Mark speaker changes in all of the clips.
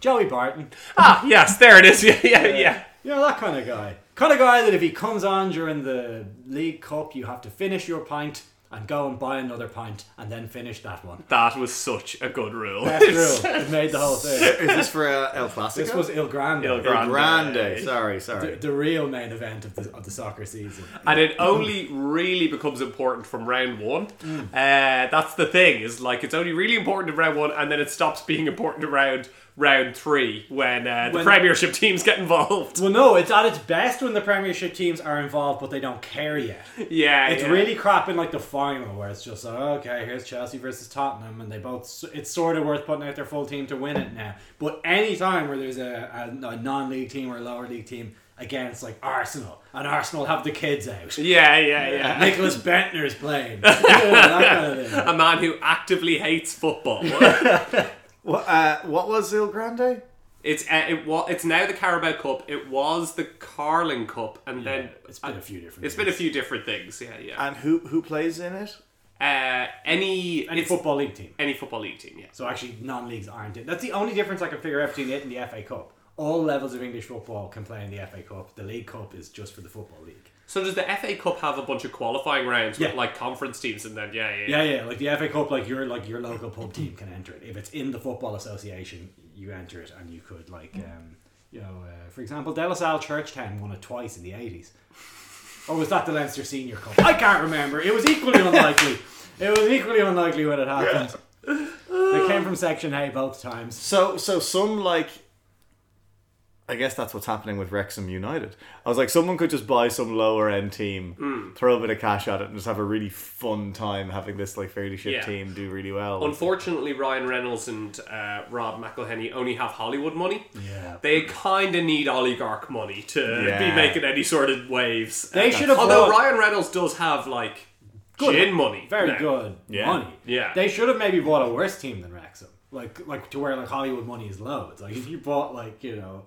Speaker 1: Joey Barton.
Speaker 2: Ah, yes, there it is. Yeah, yeah, yeah.
Speaker 1: You know, that kind of guy. Kind of guy that if he comes on during the League Cup, you have to finish your pint and go and buy another pint and then finish that one.
Speaker 2: That was such a good rule.
Speaker 1: Best rule. It made the whole thing.
Speaker 3: Is this for uh, El Clasico?
Speaker 1: This was Il Grande.
Speaker 2: Il
Speaker 3: El
Speaker 2: Grande.
Speaker 3: Grande. Sorry,
Speaker 1: The,
Speaker 3: sorry.
Speaker 1: the real main event of the, of the soccer season.
Speaker 2: and it only really becomes important from round one. Uh, that's the thing is like it's only really important in round one, and then it stops being important around round three when uh, the
Speaker 1: When-
Speaker 2: Premiership teams get involved.
Speaker 1: Well, no, it's at its best when the Premiership teams are involved, but they don't care yet.
Speaker 2: yeah,
Speaker 1: It's
Speaker 2: yeah.
Speaker 1: really crap in like the final where it's just like, okay, here's Chelsea versus Tottenham, and they both. It's sort of worth putting out their full team to win it now. But any time where there's a, a, a non-league team or a lower league team against like Arsenal, and Arsenal have the kids out,
Speaker 2: Yeah, yeah, yeah.
Speaker 1: Nicholas Bentner's playing, Yeah, that kind of thing.
Speaker 2: a man who actively hates football.
Speaker 3: What, uh, what was Il Grande?
Speaker 2: it's uh, it wa- it's now the Carabao Cup. It was the Carling Cup, and then
Speaker 1: It's been a few different.
Speaker 2: it's been a few different things. Yeah, yeah.
Speaker 3: And who who plays in it?
Speaker 2: Uh, any
Speaker 1: any
Speaker 2: it's-
Speaker 1: football league team.
Speaker 2: any football league team. Yeah.
Speaker 1: So actually, non-leagues aren't it. That's the only difference I can figure out between it and the FA Cup. All levels of English football can play in the FA Cup. The League Cup is just for the football league.
Speaker 2: So does the FA Cup have a bunch of qualifying rounds
Speaker 1: Yeah.
Speaker 2: with like conference teams and then yeah, yeah, yeah.
Speaker 1: Yeah, yeah. Like the FA Cup, like your like your local pub team can enter it. If it's in the football association, you enter it, and you could like, um, you know, uh, for example, De La Salle Churchtown won it twice in the eighties. Or was that the Leinster Senior Cup? I can't remember. It was equally unlikely. It was equally unlikely when it happened. They came from Section A both times.
Speaker 3: So so some like I guess that's what's happening with Wrexham United. I was like, someone could just buy some lower end team, throw a bit of cash at it, and just have a really fun time having this like fairly shit
Speaker 2: Yeah.
Speaker 3: team do really well.
Speaker 2: Unfortunately, Ryan Reynolds and uh, Rob McElhenney only have Hollywood money.
Speaker 1: Yeah.
Speaker 2: They kind of need oligarch money to
Speaker 3: Yeah.
Speaker 2: be making any sort of waves. Uh,
Speaker 1: They should have
Speaker 2: Although
Speaker 1: brought-
Speaker 2: Ryan Reynolds does have like
Speaker 1: Good.
Speaker 2: gin money.
Speaker 1: very
Speaker 2: now.
Speaker 1: good
Speaker 3: Yeah.
Speaker 1: money.
Speaker 2: Yeah.
Speaker 1: they should have maybe bought a worse team than Wrexham, like like to where like Hollywood money is low. It's like if you bought like you know.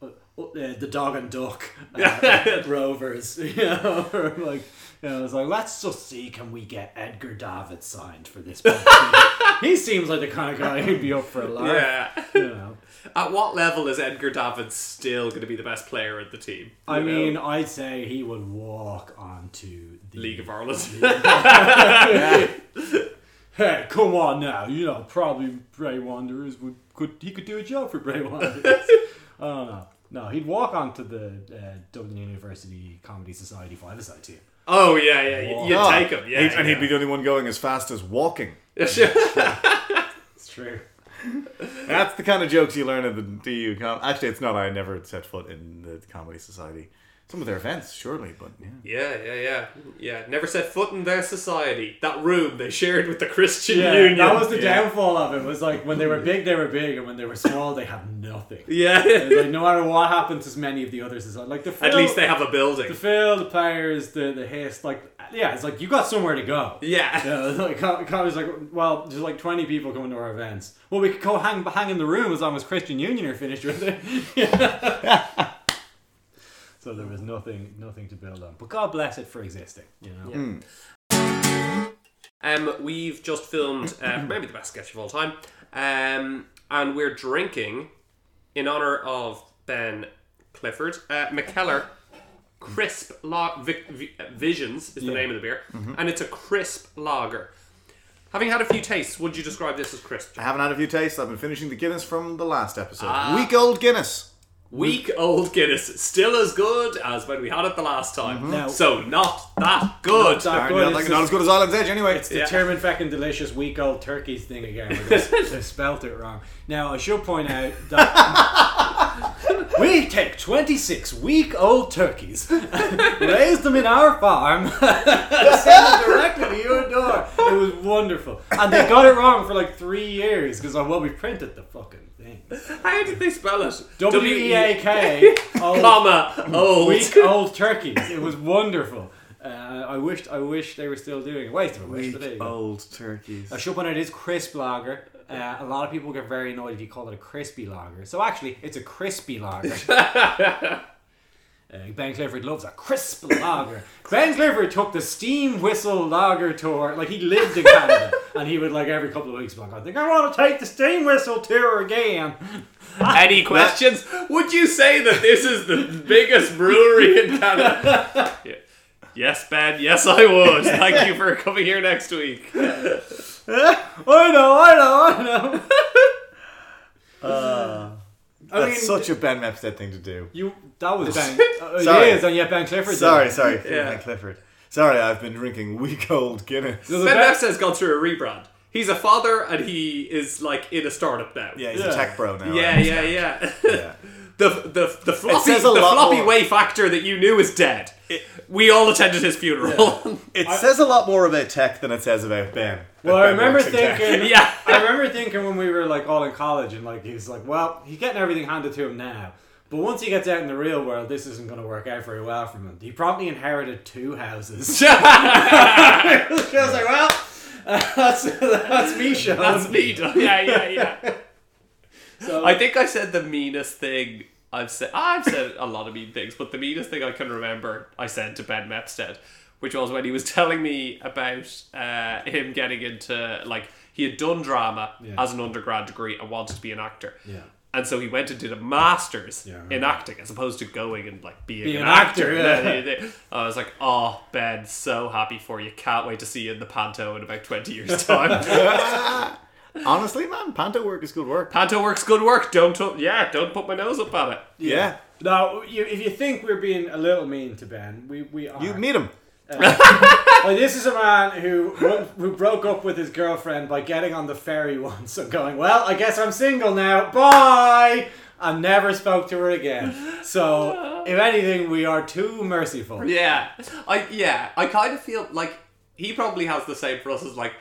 Speaker 1: uh, Uh, the dog and duck uh, rovers you know or like you know it's like let's just see can we get edgar david signed for this band?" he seems like the kind of guy who'd be up for a lot
Speaker 2: Yeah.
Speaker 1: you know
Speaker 2: At what level is Edgar Davids still going to be the best player at the team?
Speaker 1: i
Speaker 2: You know?
Speaker 1: mean i'd say he would walk onto the
Speaker 2: League of Ireland.
Speaker 1: Hey, come on now. You know, probably Bray Wanderers would could he could do a job for Bray Wanderers. I don't know. No, he'd walk onto the uh, Dublin University Comedy Society five-a-side team.
Speaker 2: oh yeah, yeah, you- you'd
Speaker 3: Ah,
Speaker 2: take him. Yeah,
Speaker 3: he'd-
Speaker 2: yeah.
Speaker 3: and he'd be the only one going as fast as walking.
Speaker 1: It's true.
Speaker 3: That's the kind of jokes you learn at the DU. Com- Actually, it's not. I never set foot in the Comedy Society. Some of their events, surely, but yeah.
Speaker 2: Yeah, yeah, yeah, yeah. Never set foot in their society. That room they shared with the Christian
Speaker 1: Yeah,
Speaker 2: Union.
Speaker 1: that was the
Speaker 3: yeah.
Speaker 1: downfall of it. Was like when they were big, they were big, and when they were small, they had nothing.
Speaker 2: yeah.
Speaker 1: It's like no matter what happens, as many of the others is like the Phil,
Speaker 2: At least they have a building.
Speaker 1: the Phil, the players, the the hiss, like yeah, it's like you got somewhere to go.
Speaker 2: yeah.
Speaker 1: Yeah, like Con- Connor's like, well, there's like 20 people coming to our events. Well, we could go hang, hang in the room as long as Christian Union are finished with it. so there was nothing, nothing to build on. But God bless it for existing. You know,
Speaker 2: Um, we've just filmed uh, maybe the best sketch of all time, um, and we're drinking in honor of Ben Clifford, uh, McKellar Crisp La- Vic- Vi- uh, Visions is the name of the beer,
Speaker 1: Mm-hmm.
Speaker 2: and it's a crisp lager. Having had a few tastes, would you describe this as crisp?
Speaker 3: I haven't had a few tastes. I've been finishing the Guinness from the last episode.
Speaker 1: Ah.
Speaker 3: Week old Guinness.
Speaker 2: Week old Guinness, still as good as when we had it the last time.
Speaker 1: No.
Speaker 2: So not that good.
Speaker 1: Mm-hmm. Not
Speaker 3: Apparently
Speaker 1: good,
Speaker 3: Not,
Speaker 1: it's
Speaker 3: like,
Speaker 1: just-
Speaker 3: not as good as Island's Edge, anyway.
Speaker 1: It's the German fucking delicious week old turkeys thing again. because They spelt it wrong. Now I should point out that we take 26 week old turkeys, raise them in our farm, send them directly to your door. It was wonderful, and they got it wrong for like three years because well we printed the fucking thing.
Speaker 2: How did they spell it?
Speaker 1: W e a k old
Speaker 2: comma old.
Speaker 1: week old turkeys. It was wonderful. Uh, I wished I wish they were still doing it. Wait, I wish, but there you
Speaker 3: Week
Speaker 1: go.
Speaker 3: old turkeys.
Speaker 1: I should point out it is crisp lager. Uh, a lot of people get very annoyed if you call it a crispy lager. So actually, it's a crispy lager. uh, ben Clifford loves a crisp lager. Ben Clifford took the steam whistle lager tour. Like he lived in Canada. and he would like every couple of weeks be like, I think I want to take the steam whistle tour again.
Speaker 2: Any questions? Would you say that this is the biggest brewery in Canada? Yeah. Yes, Ben. Yes, I would. Thank you for coming here next week.
Speaker 1: I know, I know, I know. I
Speaker 3: That's
Speaker 1: mean,
Speaker 3: such a Ben Mepstead thing to do.
Speaker 1: you. That was Ben. Uh,
Speaker 3: Sorry.
Speaker 1: It is, and yet Ben Clifford. did it.
Speaker 3: Sorry, sorry, yeah.
Speaker 2: Yeah.
Speaker 3: Clifford. Sorry, I've been drinking week old Guinness.
Speaker 1: There's a
Speaker 2: Ben
Speaker 1: Ben-
Speaker 2: Mepstead's gone through a rebrand. He's a father and he is like in a startup now.
Speaker 3: Yeah, he's
Speaker 1: Yeah.
Speaker 3: a tech bro now.
Speaker 2: Yeah,
Speaker 3: right?
Speaker 2: yeah, yeah.
Speaker 3: yeah.
Speaker 2: the the the floppy the
Speaker 3: says a lot
Speaker 2: floppy
Speaker 3: more.
Speaker 2: wave factor that you knew is dead. we all attended his funeral.
Speaker 3: It says a lot more about tech than it says about Ben.
Speaker 1: Well,
Speaker 3: That
Speaker 1: I
Speaker 3: Ben
Speaker 1: remember
Speaker 3: works in tech.
Speaker 2: Yeah.
Speaker 1: thinking. I remember thinking when we were like all in college, and like he's like, well, he's getting everything handed to him now. But once he gets out in the real world, this isn't going to work out very well for him. He promptly inherited two houses. I was like, well, uh, that's that's me, Sean.
Speaker 2: That's me. done. Yeah, yeah, yeah.
Speaker 1: So-
Speaker 2: I think I said the meanest thing I've said. ah, I've said a lot of mean things, but the meanest thing I can remember I said to Ben Mepstead, which was when he was telling me about uh, him getting into like he had done drama
Speaker 1: Yeah.
Speaker 2: as an undergrad degree and wanted to be an actor.
Speaker 1: Yeah.
Speaker 2: And so he went and did a master's
Speaker 1: Yeah, I remember.
Speaker 2: in acting, as opposed to going and like being
Speaker 1: Being
Speaker 2: an,
Speaker 1: an
Speaker 2: actor.
Speaker 1: actor, yeah.
Speaker 2: I was like, "Oh, Ben, so happy for you! Can't wait to see you in the panto in about twenty years' time."
Speaker 3: Honestly, man, Panto work is good work.
Speaker 2: Panto works good work. Don't tu- yeah, don't put my nose up at it.
Speaker 3: Yeah.
Speaker 1: Now, you, if you think we're being a little mean to Ben, we, we are.
Speaker 3: You meet him.
Speaker 1: Like, this is a man who who broke up with his girlfriend by getting on the ferry once and going, "Well, I guess I'm single now. Bye." And never spoke to her again. So, if anything, we are too merciful.
Speaker 2: Yeah, I yeah, I kind of feel like he probably has the same for us as like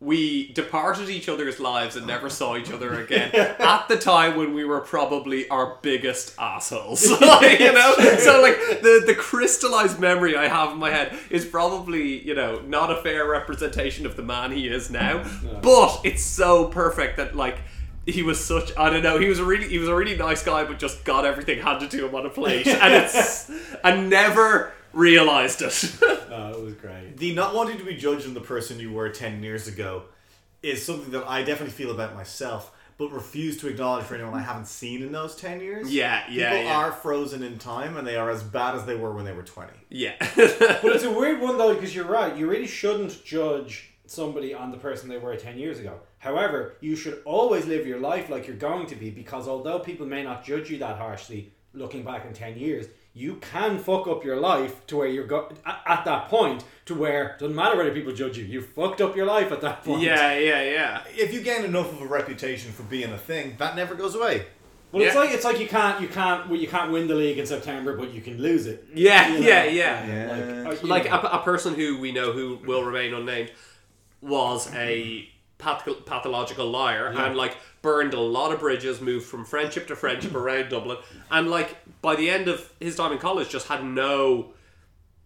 Speaker 2: we departed each other's lives and never saw each other again at the time when we were probably our biggest assholes. Like, you know, so like the the crystallized memory I have in my head is probably you know not a fair representation of the man he is now, but it's so perfect that like. He was such I don't know he was a really he was a really nice guy but just got everything handed to him on a plate and it's and never realized it.
Speaker 1: Oh, it was great.
Speaker 3: The not wanting to be judged on the person you were 10 years ago is something that I definitely feel about myself, but refuse to acknowledge for anyone I haven't seen in those 10 years.
Speaker 2: Yeah, yeah,
Speaker 3: People
Speaker 2: yeah.
Speaker 3: are frozen in time and they are as bad as they were when they were 20.
Speaker 2: yeah.
Speaker 1: But it's a weird one though, because you're right. You really shouldn't judge somebody on the person they were ten years ago. However, you should always live your life like you're going to be, because although people may not judge you that harshly, looking back in ten years, you can fuck up your life to where you're go- at, at that point to where doesn't matter whether people judge you. You fucked up your life at that point.
Speaker 2: yeah, yeah, yeah.
Speaker 3: If you gain enough of a reputation for being a thing, that never goes away.
Speaker 1: Well, it's
Speaker 2: Yeah.
Speaker 1: like it's like you can't you can't well, you can't win the league in September, but you can lose it.
Speaker 2: Yeah,
Speaker 1: You know?
Speaker 2: yeah, yeah.
Speaker 3: Yeah.
Speaker 1: Like, uh, you
Speaker 2: Like
Speaker 1: know.
Speaker 2: a, a person who we know who will remain unnamed was a patho- pathological liar and like burned a lot of bridges, moved from friendship to friendship around Dublin, and like by the end of his time in college, just had no.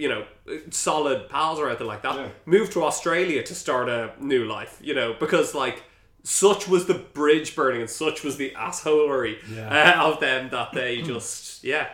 Speaker 2: You know, solid pals or anything like that.
Speaker 1: Yeah.
Speaker 2: Moved to Australia to start a new life. You know, because like such was the bridge burning and such was the assholery
Speaker 1: Yeah.
Speaker 2: uh, of them that they just yeah.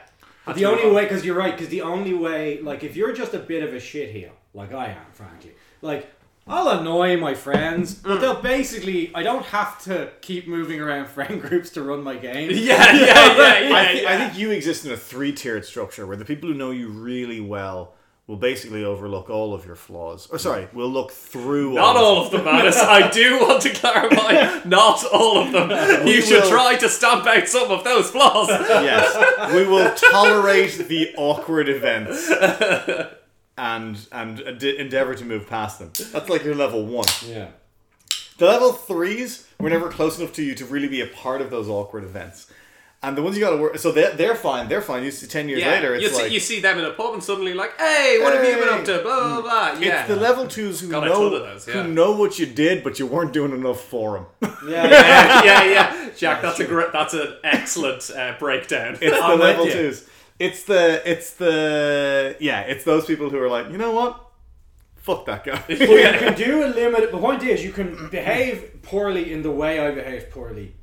Speaker 2: had
Speaker 1: The
Speaker 2: to
Speaker 1: only
Speaker 2: move on.
Speaker 1: way, because you're right, because the only way, like, if you're just a bit of a shitheel, like I am, frankly, like, I'll annoy my friends, but they'll basically, I don't have to keep moving around friend groups to run my game.
Speaker 2: Yeah, yeah, yeah, yeah.
Speaker 3: I, thi-
Speaker 2: yeah.
Speaker 3: I think you exist in a three tiered structure where the people who know you really well will basically overlook all of your flaws. Or, sorry, will look through
Speaker 2: Not
Speaker 3: all of
Speaker 2: all of them, Alice. I do want to clarify, not all of them. You should
Speaker 3: will-
Speaker 2: try to stamp out some of those flaws.
Speaker 3: Yes, we will tolerate the awkward events and and d- endeavor to move past them. That's like your level one.
Speaker 1: Yeah.
Speaker 3: The level threes were never close enough to you to really be a part of those awkward events. And the ones you got to work, so they're, they're fine. They're fine. You see, ten years later, it's
Speaker 2: you,
Speaker 3: like
Speaker 2: see, you see them in a pub and suddenly like, hey, what have you been up to? Blah, blah, blah. Yeah.
Speaker 3: it's the level twos who
Speaker 2: God, I
Speaker 3: know
Speaker 2: told her those, yeah.
Speaker 3: who know what you did, but you weren't doing enough for them.
Speaker 1: Yeah, yeah.
Speaker 2: yeah, yeah, yeah. Jack, that's a great, that's an excellent uh, breakdown.
Speaker 3: It's the
Speaker 1: I'm with
Speaker 3: level
Speaker 1: you.
Speaker 3: twos. It's the it's the yeah. It's those people who are like, you know what? Fuck that guy.
Speaker 1: But you can do a limited. The point is, you can behave poorly in the way I behave poorly,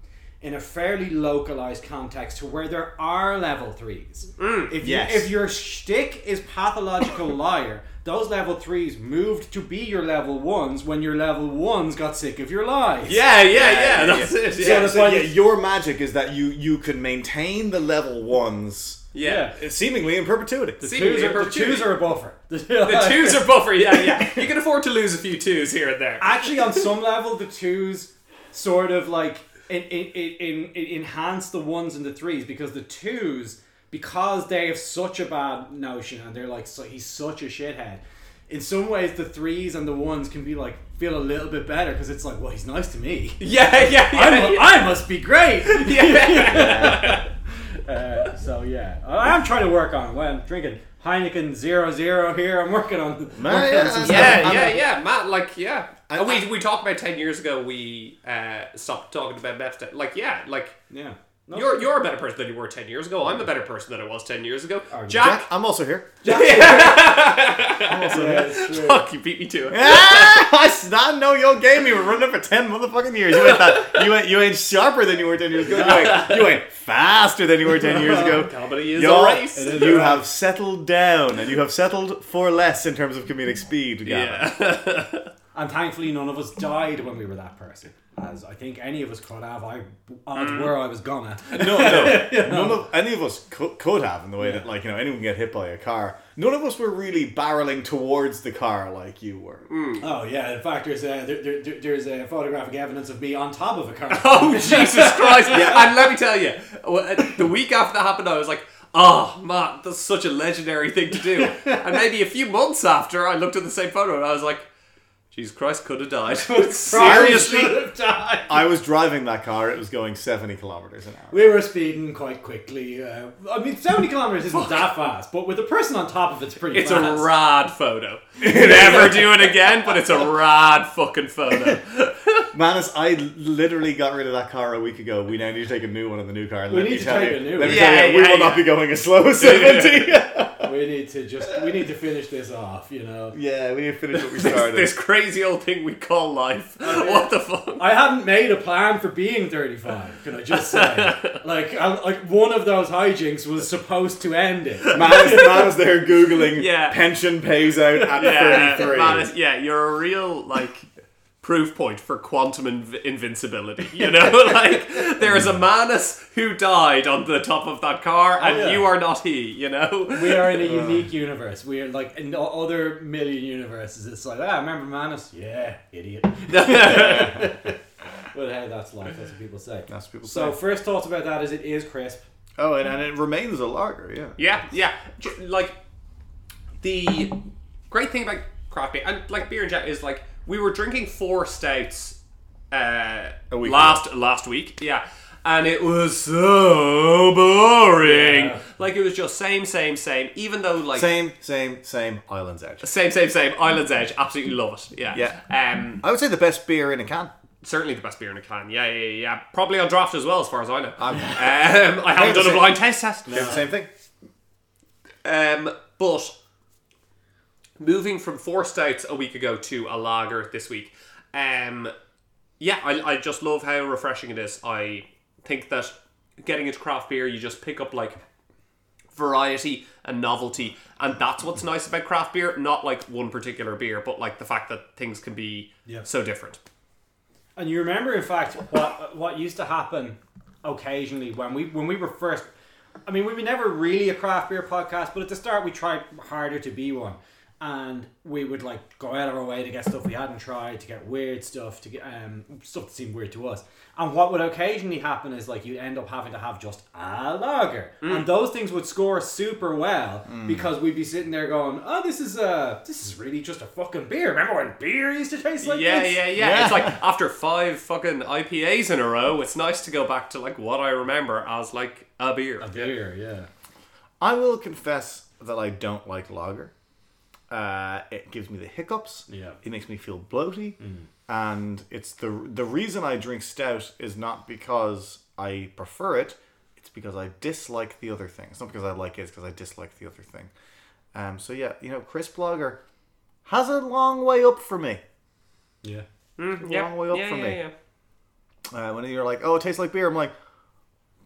Speaker 1: in a fairly localized context to where there are level threes. if, you-
Speaker 3: Yes.
Speaker 1: if your shtick is pathological liar, those level threes moved to be your level ones when your level ones got sick of your lies.
Speaker 2: Yeah, yeah, yeah. That's it.
Speaker 1: So
Speaker 2: Yeah.
Speaker 1: that's
Speaker 3: So
Speaker 1: why
Speaker 3: yeah,
Speaker 1: you-
Speaker 3: your magic is that you you can maintain the level ones
Speaker 2: yeah.
Speaker 3: seemingly in perpetuity.
Speaker 1: Twos
Speaker 2: Seemingly
Speaker 1: are, the
Speaker 2: opportunity.
Speaker 1: twos are a buffer. The,
Speaker 2: The twos are buffer. Yeah, yeah. You can afford to lose a few twos here and there.
Speaker 1: actually on some level the twos sort of like in, in, in, in, in enhance the ones and the threes because the twos because they have such a bad notion and they're like so he's such a shithead in some ways the threes and the ones can be like feel a little bit better because it's like well he's nice to me
Speaker 2: Yeah, yeah, yeah.
Speaker 1: I'm,
Speaker 2: yeah.
Speaker 1: I must be great
Speaker 2: Yeah.
Speaker 1: uh, so yeah I- I'm trying to work on it well, I'm drinking Heineken zero zero here I'm working on,
Speaker 3: Man,
Speaker 1: working on
Speaker 3: yeah,
Speaker 1: some
Speaker 3: I'm-
Speaker 1: stuff.
Speaker 2: yeah,
Speaker 3: I'm-
Speaker 2: yeah, yeah, Matt. Like, yeah,
Speaker 3: I-
Speaker 2: And we
Speaker 3: I-
Speaker 2: we talked about ten years ago. We uh, stopped talking about meth. te- Like, yeah, like
Speaker 1: yeah No,
Speaker 2: you're you're a better person than you were ten years ago. I'm a better person than I was ten years ago.
Speaker 1: Are you-
Speaker 2: Oh, Jack,
Speaker 3: I'm also here.
Speaker 1: yeah, it's true.
Speaker 2: fuck, you beat me to it.
Speaker 3: Ah, I s- I know your game. You were running for ten motherfucking years. You ain't that. You ain't you ain't sharper than you were ten years ago. You ain't, you ain't faster than you were ten years ago.
Speaker 2: Comedy is
Speaker 3: You're-
Speaker 2: a race.
Speaker 1: It is.
Speaker 3: You have settled down, and you have settled for less in terms of comedic speed. Gavin.
Speaker 2: Yeah.
Speaker 1: And thankfully, none of us died when we were that person. As I think any of us could have, I odd
Speaker 2: Mm.
Speaker 1: where I was gonna.
Speaker 3: No, no. None of any of us could, could have in the way that like you know anyone can get hit by a car. None of us were really barreling towards the car like you were.
Speaker 1: oh yeah, in fact, there's a, there, there- there, there's a photographic evidence of me on top of a car.
Speaker 2: Oh Jesus Christ! And let me tell you, w- uh, the week after that happened, I was like, "Oh, Matt, that's such a legendary thing to do." And maybe a few months after, I looked at the same photo and I was like, "Jesus Christ, could have died." Seriously,
Speaker 1: Should have died.
Speaker 3: I was driving that car. It was going seventy kilometers an hour.
Speaker 1: We were speeding quite quickly. Uh, I mean, seventy kilometers isn't that fast, but with a person on top of it's pretty
Speaker 2: it's a
Speaker 1: fast.
Speaker 2: rad photo. Never do it again, but it's a rad fucking photo.
Speaker 3: Manus, I literally got rid of that car a week ago. We now need to take a new one in the new car. And
Speaker 1: We
Speaker 3: let
Speaker 1: need
Speaker 3: me
Speaker 1: to
Speaker 3: tell
Speaker 1: take
Speaker 3: you,
Speaker 1: a new
Speaker 3: Let
Speaker 1: one.
Speaker 3: me tell
Speaker 2: Yeah,
Speaker 3: you, we
Speaker 2: yeah,
Speaker 3: will
Speaker 2: yeah.
Speaker 3: not be going as slow as seventy.
Speaker 1: we need to just we need to finish this off, you know.
Speaker 3: yeah, we need to finish what we
Speaker 2: This,
Speaker 3: started.
Speaker 2: this crazy old thing we call life. What the fuck?
Speaker 1: I hadn't made a plan for being 35, can I just say? like, I, like one of those hijinks was supposed to end it.
Speaker 3: Manus, Manus there googling.
Speaker 2: Yeah.
Speaker 3: Pension pays out at
Speaker 2: Yeah,
Speaker 3: thirty-three.
Speaker 2: man, it's- yeah, you're a real like proof point for quantum inv- invincibility. You know, like there is a manus who died on the top of that car, and
Speaker 1: yeah.
Speaker 2: you are not he. You know,
Speaker 1: we are in a unique universe. We are like in o- other million universes. It's like, ah, remember Manus? Yeah, idiot. but hey, that's life. That's what people say.
Speaker 3: That's what people
Speaker 1: So
Speaker 3: say.
Speaker 1: first thoughts about that is it is crisp.
Speaker 3: Oh, and, and it remains a lager. Yeah.
Speaker 2: yeah, yeah. J- Like the great thing about craft beer and like beer and jet is like we were drinking four stouts uh,
Speaker 3: A week
Speaker 2: last last week. Yeah. And it was so boring.
Speaker 1: Yeah.
Speaker 2: Like it was just same, same, same. Even though like
Speaker 3: Same, same, same. Island's Edge.
Speaker 2: Same, same, same. Island's Edge. Absolutely love it. Yeah.
Speaker 3: Yeah.
Speaker 2: Um,
Speaker 3: I would say the best beer in a can.
Speaker 2: certainly the best beer in a can. Yeah, yeah, yeah. yeah. Probably on draft as well, as far as I know. Um,
Speaker 3: I'm-
Speaker 2: I haven't done a
Speaker 3: same.
Speaker 2: blind taste test.
Speaker 3: They're the same thing.
Speaker 2: Um, but moving from four stouts a week ago to a lager this week, um, yeah, I, I just love how refreshing it is. I think that getting into craft beer, you just pick up like variety and novelty, and that's what's nice about craft beer. Not like one particular beer, but like the fact that things can be
Speaker 1: Yeah.
Speaker 2: so different.
Speaker 1: And you remember, in fact, what what used to happen occasionally when we when we were first. I mean, we were never really a craft beer podcast, but at the start we tried harder to be one, and we would like go out of our way to get stuff we hadn't tried, to get weird stuff, to get um, stuff that seemed weird to us. And what would occasionally happen is like you'd end up having to have just a lager,
Speaker 2: Mm.
Speaker 1: and those things would score super well because we'd be sitting there going, "Oh, this is uh, this is really just a fucking beer." Remember when beer used to taste like
Speaker 2: yeah,
Speaker 1: this?
Speaker 2: yeah, yeah,
Speaker 3: Yeah.
Speaker 2: It's like after five fucking IPAs in a row, it's nice to go back to like what I remember as like a beer.
Speaker 1: beer, yeah.
Speaker 3: I will confess that I don't like lager. Uh, it gives me the hiccups.
Speaker 1: Yeah.
Speaker 3: It makes me feel bloaty, and it's the the reason I drink stout is not because I prefer it. It's because I dislike the other thing. It's not because I like it. It's because I dislike the other thing. Um. So yeah, you know, crisp lager has a long way up for me.
Speaker 1: Yeah.
Speaker 3: long way up for me. Uh, when you're like, oh, it tastes like beer, I'm like,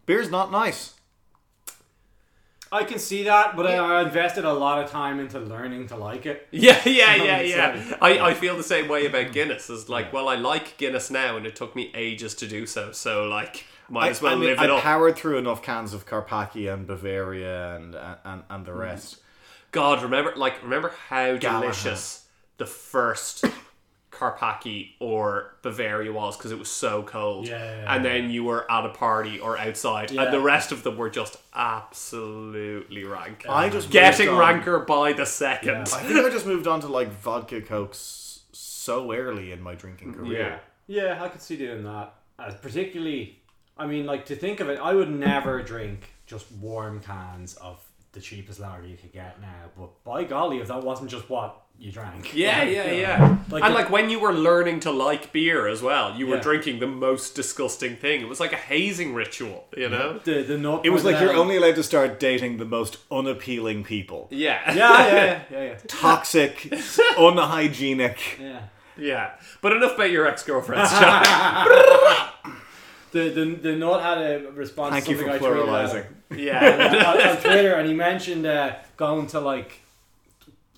Speaker 3: beer's not nice.
Speaker 1: I can see that, but I I invested a lot of time into learning to like it.
Speaker 2: Yeah, yeah, yeah,
Speaker 1: it's
Speaker 2: yeah. I, I feel the same way about Guinness. Is like, well, I like Guinness now, and it took me ages to do so. So like, might as well
Speaker 3: I, mean,
Speaker 2: live
Speaker 3: I
Speaker 2: it up.
Speaker 3: powered through enough cans of Carpaccia and Bavaria and and, and the rest.
Speaker 2: Mm. God, remember like remember how delicious the first Karpaki or Bavaria was because it was so cold.
Speaker 1: Yeah, yeah, yeah.
Speaker 2: And then you were at a party or outside,
Speaker 1: Yeah.
Speaker 2: and the rest of them were just absolutely rank.
Speaker 3: I just
Speaker 2: Getting
Speaker 3: moved on-
Speaker 2: ranker by the second.
Speaker 3: I think I just moved on to like vodka cokes so early in my drinking career.
Speaker 2: Yeah.
Speaker 1: Yeah, I could see doing that. Uh, particularly, I mean, like to think of it, I would never drink just warm cans of the cheapest lager you could get now. But by golly, if that wasn't just what you drank,
Speaker 2: Yeah, yeah, yeah.
Speaker 1: Like
Speaker 2: and
Speaker 1: the-
Speaker 2: like when you were learning to like beer as well, you were
Speaker 1: Yeah.
Speaker 2: drinking the most disgusting thing. It was like a hazing ritual, you know?
Speaker 1: the the nut.
Speaker 3: It was like you're
Speaker 1: out.
Speaker 3: only allowed to start dating the most unappealing people.
Speaker 2: Yeah.
Speaker 1: Yeah, yeah, yeah, yeah,
Speaker 3: Toxic, unhygienic.
Speaker 1: yeah.
Speaker 2: yeah. But enough about your ex girlfriends, John.
Speaker 1: The, the the nut had a response.
Speaker 3: Thank
Speaker 1: to
Speaker 3: you
Speaker 1: something
Speaker 3: for
Speaker 1: I tweeted out.
Speaker 3: pluralizing.
Speaker 2: yeah.
Speaker 1: on, on Twitter, and he mentioned uh, going to like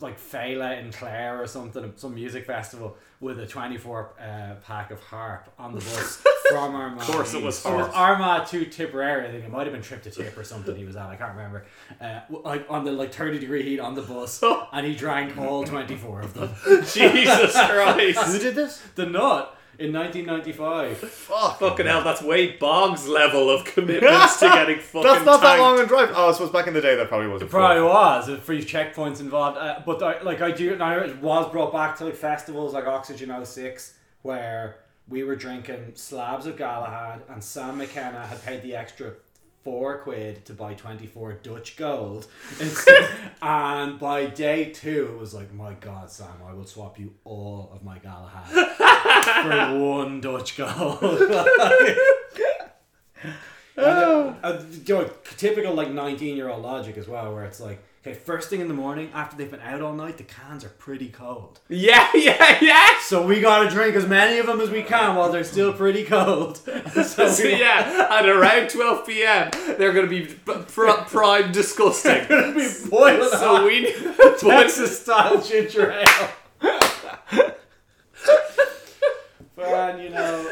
Speaker 1: like Fela in Clare or something, some music festival with a 24 uh, pack of harp on the bus from Armagh. Of
Speaker 2: course it was
Speaker 1: It was
Speaker 2: harp.
Speaker 1: Armagh to Tipperary. I think it might have been trip to Tip or something he was at. I can't remember. Uh, w- like on the like 30 degree heat on the bus, and he drank all 24 of them.
Speaker 2: Jesus Christ.
Speaker 3: did this?
Speaker 1: The nut. In 1995,
Speaker 2: Fucking hell, that's way Boggs level of commitments to getting fucking
Speaker 3: That's not that
Speaker 2: tanked.
Speaker 3: long a drive. Oh, I suppose back in the day that probably wasn't.
Speaker 1: probably was a free checkpoints involved. Uh, but I, like I do, and I it was brought back to like festivals like Oxygen 06 where we were drinking slabs of Galahad and Sam McKenna had paid the extra four quid to buy 24 Dutch gold. It's- and by day two, it was like, my God, Sam, I will swap you all of my Galahad for one Dutch gold. And, uh, uh, you know, typical like 19 year old logic as well where it's like okay first thing in the morning after they've been out all night the cans are pretty cold
Speaker 2: Yeah, yeah, yeah.
Speaker 1: so we gotta drink as many of them as we can while they're still pretty cold so
Speaker 2: So,
Speaker 1: we
Speaker 2: yeah, and around 12 p.m., they're going to be b- pr- prime disgusting.
Speaker 1: be boiling
Speaker 2: so
Speaker 1: hot
Speaker 2: we need
Speaker 1: Texas style ginger ale Fun, you know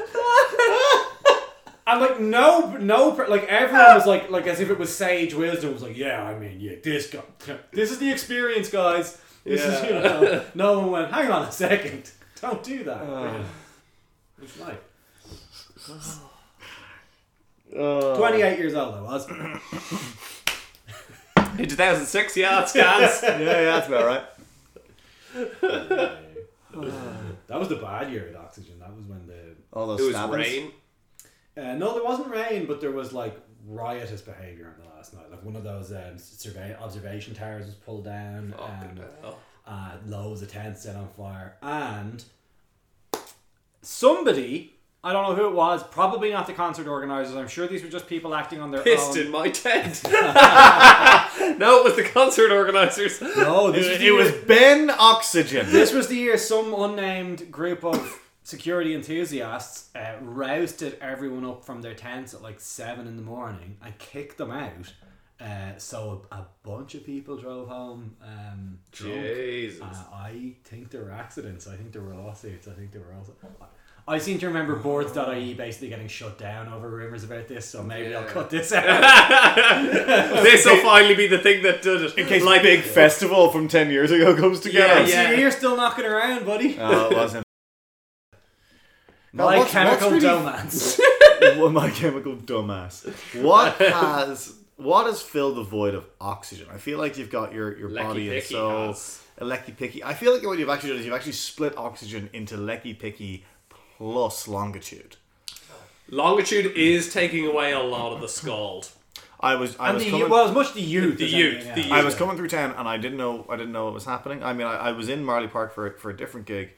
Speaker 1: and like no no like everyone was like like as if it was sage wisdom was like yeah I mean yeah this guy this is the experience guys this is you
Speaker 2: Yeah.
Speaker 1: know no one went hang on a second don't do that it's like
Speaker 3: Uh,
Speaker 1: 28 years old I was
Speaker 2: In 2006, yeah, that's cans.
Speaker 3: Yeah, yeah, that's about right.
Speaker 1: that was the bad year at Oxygen that was when the
Speaker 3: All those
Speaker 2: It was
Speaker 3: stabbings.
Speaker 2: rain.
Speaker 1: uh, no there wasn't rain but there was like riotous behaviour on the last night like one of those um, survey observation towers was pulled down and
Speaker 2: Oh.
Speaker 1: uh, loads of tents set on fire, and somebody. I don't know who it was. Probably not the concert organizers. I'm sure these were just people acting on their
Speaker 2: Pissed
Speaker 1: own.
Speaker 2: in my tent. no, it was the concert organizers.
Speaker 1: No, this was
Speaker 3: It,
Speaker 1: the
Speaker 3: it
Speaker 1: year,
Speaker 3: was Ben Oxygen.
Speaker 1: this was the year some unnamed group of security enthusiasts uh, rousted everyone up from their tents at like seven in the morning and kicked them out. Uh, so a, a bunch of people drove home um, drunk.
Speaker 2: Jesus.
Speaker 1: Uh, I think there were accidents. I think there were lawsuits. I think there were also. I seem to remember boards.ie basically getting shut down over rumors about this, so maybe I'll
Speaker 2: Yeah.
Speaker 1: cut this out.
Speaker 2: Uh, this will finally be the thing that did it.
Speaker 3: In case like big festival from ten years ago comes together.
Speaker 2: Yeah.
Speaker 1: So you're still knocking around, buddy.
Speaker 3: Oh, it wasn't.
Speaker 1: My
Speaker 3: what's-
Speaker 1: chemical
Speaker 3: what's really-
Speaker 1: romance.
Speaker 3: Well, my chemical dumbass. What has what has filled the void of oxygen? I feel like you've got your, your
Speaker 2: Lecky
Speaker 3: body and
Speaker 2: Picky
Speaker 3: soul.
Speaker 2: has.
Speaker 3: A lecky picky. I feel like what you've actually done is you've actually split oxygen into lecky picky plus longitude.
Speaker 2: Longitude is taking away a lot of the scald.
Speaker 3: I was I
Speaker 1: and
Speaker 3: was
Speaker 1: the
Speaker 3: coming,
Speaker 1: youth, well, as much the youth.
Speaker 2: The
Speaker 1: as
Speaker 2: youth,
Speaker 1: anything
Speaker 2: the
Speaker 1: else.
Speaker 2: youth.
Speaker 3: I was coming through town and I didn't know I didn't know what was happening. I mean I, I was in Marley Park for for a different gig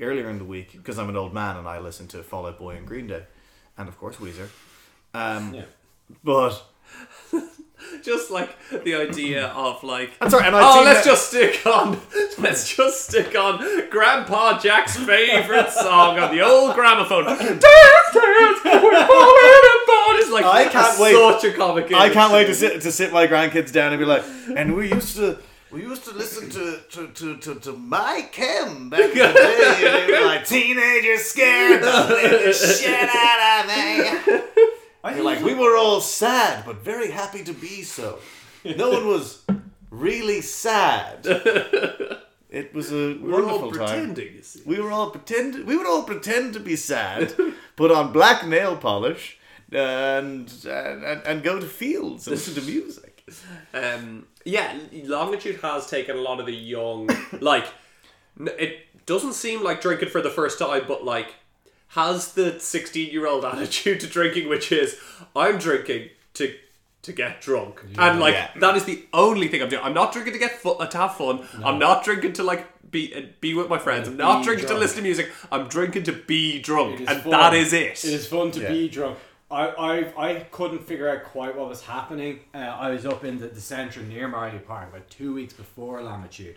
Speaker 3: earlier in the week because I'm an old man and I listen to Fall Out Boy and Green Day and of course Weezer. Um,
Speaker 1: Yeah.
Speaker 3: But
Speaker 2: just like the idea of like.
Speaker 3: I'm sorry, and I've
Speaker 2: oh,
Speaker 3: seen
Speaker 2: let's
Speaker 3: that-
Speaker 2: just stick on. Let's just stick on Grandpa Jack's favorite song on the old gramophone. Dance, dance, we're falling apart. It's like
Speaker 3: I can't wait.
Speaker 2: Such a comic.
Speaker 3: I can't wait to
Speaker 2: image.
Speaker 3: sit to sit my grandkids down and be like, and we used to we used to listen to to to to, to my Kim back in the day. And they were like teenagers scared the living shit out of me.
Speaker 1: I
Speaker 3: You're like we were all sad, but very happy to be so. No one was really sad. It was a
Speaker 2: We're all
Speaker 3: wonderful time.
Speaker 2: pretending. You see.
Speaker 3: We were all pretend. We would all pretend to be sad, put on black nail polish, and and, and, and go to fields and listen to music.
Speaker 2: Um, yeah, Longitude has taken a lot of the young, like, n- it doesn't seem like drinking for the first time, but like, has the 16 year old attitude to drinking, which is, I'm drinking to. To get drunk, and like
Speaker 3: Yeah.
Speaker 2: that is the only thing I'm doing. I'm not drinking to get fu- uh, to have fun. I'm not drinking to like be uh, be with my friends. I'm not
Speaker 1: be
Speaker 2: drinking to
Speaker 1: drunk.
Speaker 2: listen to music. I'm drinking to be drunk,
Speaker 1: It is
Speaker 2: and
Speaker 1: fun.
Speaker 2: that is it.
Speaker 1: It is fun to
Speaker 3: Yeah.
Speaker 1: be drunk. I, I, I couldn't figure out quite what was happening. Uh, I was up in the, the centre near Marley Park about two weeks before Latitude.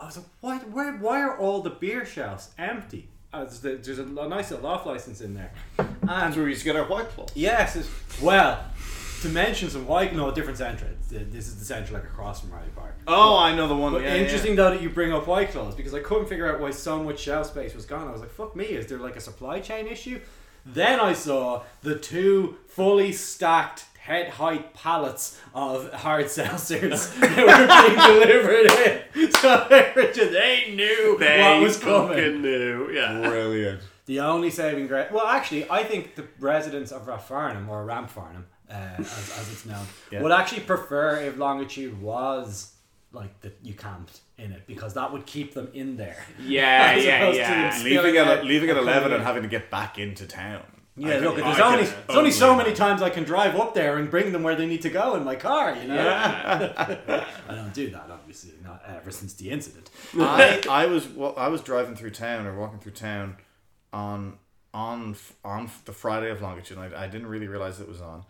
Speaker 1: I was like, why, why, why are all the beer shelves empty? Uh, there's, the, there's a lo- nice little off license in there. And
Speaker 3: where we used to get our white claws.
Speaker 1: Yes. It's, well, to mention some why no different centre. It's the- This is the centre like across from Riley Park.
Speaker 3: Oh, I know the one.
Speaker 1: But
Speaker 3: yeah, yeah,
Speaker 1: interesting though that you bring up White Claws because I couldn't figure out why so much shelf space was gone. I was like, "Fuck me, is there like a supply chain issue?" Then I saw the two fully stacked head height pallets of hard seltzers that were being delivered in. So they were just they knew
Speaker 2: They
Speaker 1: what was coming.
Speaker 2: fucking knew, yeah.
Speaker 3: yeah. Brilliant.
Speaker 1: The only saving grace. Well, actually, I think the residents of Rathfarnham or Rampfarnham, uh, as, as it's known,
Speaker 3: Yeah.
Speaker 1: would actually prefer if longitude was like that you camped in it because that would keep them in there.
Speaker 2: Yeah,
Speaker 1: As
Speaker 2: yeah,
Speaker 1: opposed to
Speaker 2: yeah.
Speaker 1: the-
Speaker 3: Leaving at
Speaker 1: Yeah.
Speaker 3: leaving at
Speaker 1: Okay,
Speaker 3: eleven
Speaker 1: yeah.
Speaker 3: and having to get back into town.
Speaker 1: Yeah,
Speaker 3: I
Speaker 1: look,
Speaker 3: can-
Speaker 1: there's
Speaker 3: I can
Speaker 1: only there's only so
Speaker 3: only-
Speaker 1: many times I can drive up there and bring them where they need to go in my car. You know, I don't do that obviously not ever since the incident.
Speaker 3: I, I was well, I was driving through town or walking through town on on f- on f- the Friday of longitude. And I, I didn't really realize it was on,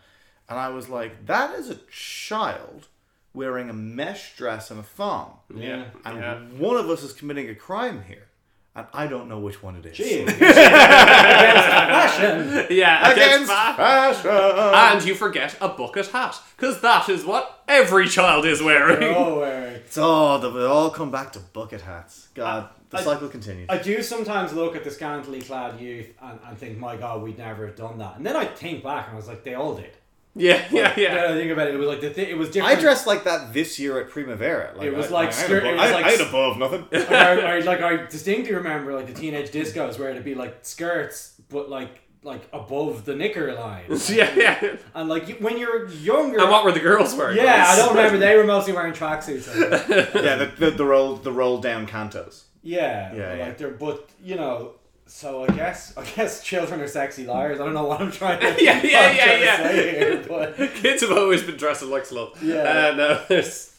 Speaker 3: and I was like, "That is a child wearing a mesh dress and a thong,
Speaker 1: Yeah.
Speaker 3: and
Speaker 2: Yeah.
Speaker 3: one of us is committing a crime here, and I don't know which one it is."
Speaker 1: Gee, against fashion.
Speaker 2: Yeah,
Speaker 3: Against
Speaker 2: against fa-
Speaker 3: fashion.
Speaker 2: And you forget a bucket hat, because that is what every child is wearing.
Speaker 1: Oh, Eric.
Speaker 3: So the, they all come back to bucket hats. God, the
Speaker 1: I-
Speaker 3: cycle continues.
Speaker 1: I do sometimes look at the scantily clad youth and, and think, my God, we'd never have done that. And then I think back and I was like, they all did.
Speaker 2: Yeah, yeah,
Speaker 1: Then
Speaker 2: yeah.
Speaker 1: I think about it, it was like the thi- it was
Speaker 3: I
Speaker 1: different.
Speaker 3: dressed like that this year at Primavera. Like,
Speaker 1: It was
Speaker 3: I-
Speaker 1: like
Speaker 3: I, had
Speaker 1: skirt-
Speaker 3: above-
Speaker 1: it was
Speaker 3: I-
Speaker 1: like
Speaker 3: I had
Speaker 1: s-
Speaker 3: above nothing.
Speaker 1: Like, I, I- like I distinctly remember like the teenage discos where it'd be like skirts, but like like above the knicker line.
Speaker 2: Yeah, yeah.
Speaker 1: and like you, when you're younger,
Speaker 2: And what were the girls wearing?
Speaker 1: yeah, I don't remember. They were mostly wearing tracksuits. I think.
Speaker 3: yeah, the, the, the roll the roll down cantos.
Speaker 1: Yeah,
Speaker 3: Yeah,
Speaker 1: like
Speaker 3: yeah.
Speaker 1: they're but you know. So I guess I guess children are sexy liars. I don't know what I'm trying to
Speaker 2: Yeah,
Speaker 1: what
Speaker 2: yeah,
Speaker 1: I'm
Speaker 2: yeah,
Speaker 1: trying to
Speaker 2: yeah.
Speaker 1: say here, but
Speaker 2: Kids have always been dressing like sluts.
Speaker 1: Yeah.
Speaker 2: Uh, no, it's-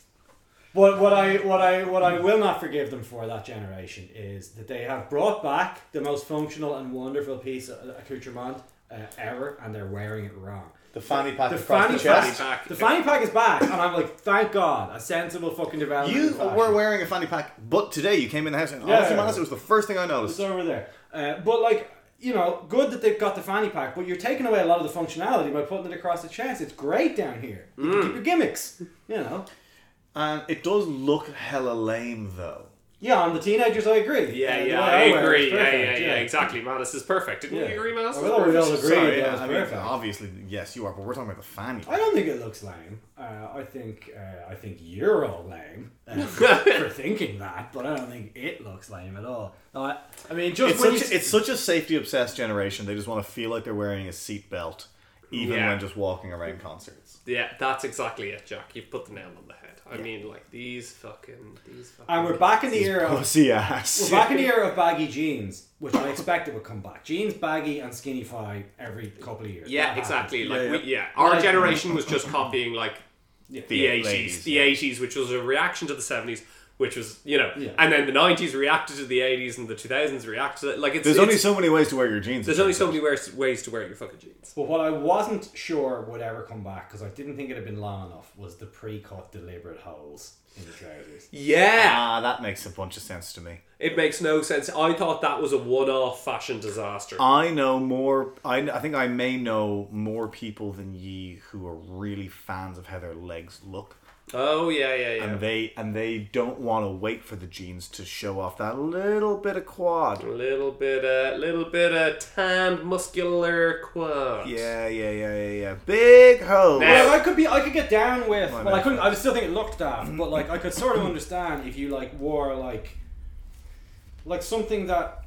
Speaker 1: What, what I what I what I will not forgive them for that generation is that they have brought back the most functional and wonderful piece of accoutrement uh, ever, and they're wearing it wrong.
Speaker 3: The fanny pack
Speaker 1: The
Speaker 3: across
Speaker 1: fanny,
Speaker 3: the
Speaker 1: pack,
Speaker 3: chest.
Speaker 2: pack.
Speaker 1: the fanny pack is back, and I'm like, thank God, a sensible fucking development. in
Speaker 3: You
Speaker 1: fashion.
Speaker 3: were wearing a fanny pack, but today you came in the house and
Speaker 1: Yeah.
Speaker 3: honestly, man, it was the first thing I noticed.
Speaker 1: It's over there. Uh, but like, you know, good that they've got the fanny pack, but you're taking away a lot of the functionality by putting it across the chest. It's great down here. You
Speaker 2: Mm.
Speaker 1: can keep your gimmicks. You know.
Speaker 3: And it does look hella lame though.
Speaker 1: Yeah, on the teenagers, I agree.
Speaker 2: yeah,
Speaker 1: Uh, the
Speaker 2: yeah,
Speaker 1: way
Speaker 2: I
Speaker 1: wear it
Speaker 2: agree.
Speaker 1: is
Speaker 2: Yeah,
Speaker 1: perfect,
Speaker 2: yeah, yeah, exactly. Manus is perfect. Didn't
Speaker 1: Yeah.
Speaker 2: you agree, Manus?
Speaker 1: I
Speaker 2: is
Speaker 1: will always
Speaker 2: perfect?
Speaker 1: agree.
Speaker 3: Sorry,
Speaker 1: yeah,
Speaker 3: I
Speaker 1: it's
Speaker 3: mean,
Speaker 1: perfect.
Speaker 3: obviously, yes, you are, but we're talking about the fanny.
Speaker 1: I
Speaker 3: pack.
Speaker 1: don't think it looks lame. Uh, I think uh, I think you're all lame uh, for thinking that, but I don't think it looks lame at all. Uh, I mean, just
Speaker 3: It's
Speaker 1: when
Speaker 3: such,
Speaker 1: you,
Speaker 3: it's such a safety obsessed generation. They just want to feel like they're wearing a seatbelt, even
Speaker 2: Yeah.
Speaker 3: when just walking around concerts.
Speaker 2: Yeah, that's exactly it, Jack. You've put the nail on the head. I mean, like, these fucking. These fucking
Speaker 1: and we're back in the era. Of,
Speaker 3: Pussy ass.
Speaker 1: uh, we're back in the era of baggy jeans, which I expected would come back. Jeans, baggy, and skinny fi every couple of years. That
Speaker 2: Yeah,
Speaker 1: happens.
Speaker 2: exactly. Like
Speaker 3: Yeah,
Speaker 2: we, yeah, our generation was just copying like the
Speaker 3: The
Speaker 2: eighties,
Speaker 3: 80s,
Speaker 2: the
Speaker 3: yeah.
Speaker 2: eighties, which was a reaction to the seventies. which was you know,
Speaker 1: Yeah.
Speaker 2: and then the '90s reacted to the '80s and the 2000s reacted to it. Like it's
Speaker 3: There's only
Speaker 2: it's-
Speaker 3: so many ways to wear your jeans.
Speaker 2: there's only so many ways, ways to wear your fucking jeans.
Speaker 1: But what I wasn't sure would ever come back because I didn't think it had been long enough was the pre-cut deliberate holes in the trousers.
Speaker 2: Yeah,
Speaker 3: Ah, that makes a bunch of sense to me.
Speaker 2: it makes no sense. I thought that was a one-off fashion disaster.
Speaker 3: I know more. I, I think I may know more people than ye who are really fans of how their legs look,
Speaker 2: oh yeah, yeah, yeah.
Speaker 3: and they and they don't want to wait for the jeans to show off that little bit of quad.
Speaker 2: A little bit, uh, little bit of tanned muscular quads.
Speaker 3: Yeah, yeah, yeah, yeah, yeah. Big hole.
Speaker 2: Now-
Speaker 1: Well, I could be, I could get down with.
Speaker 3: My
Speaker 1: well, I
Speaker 3: bad.
Speaker 1: couldn't. I would still think it looked daft, but like I could sort of understand if you like wore like, like something that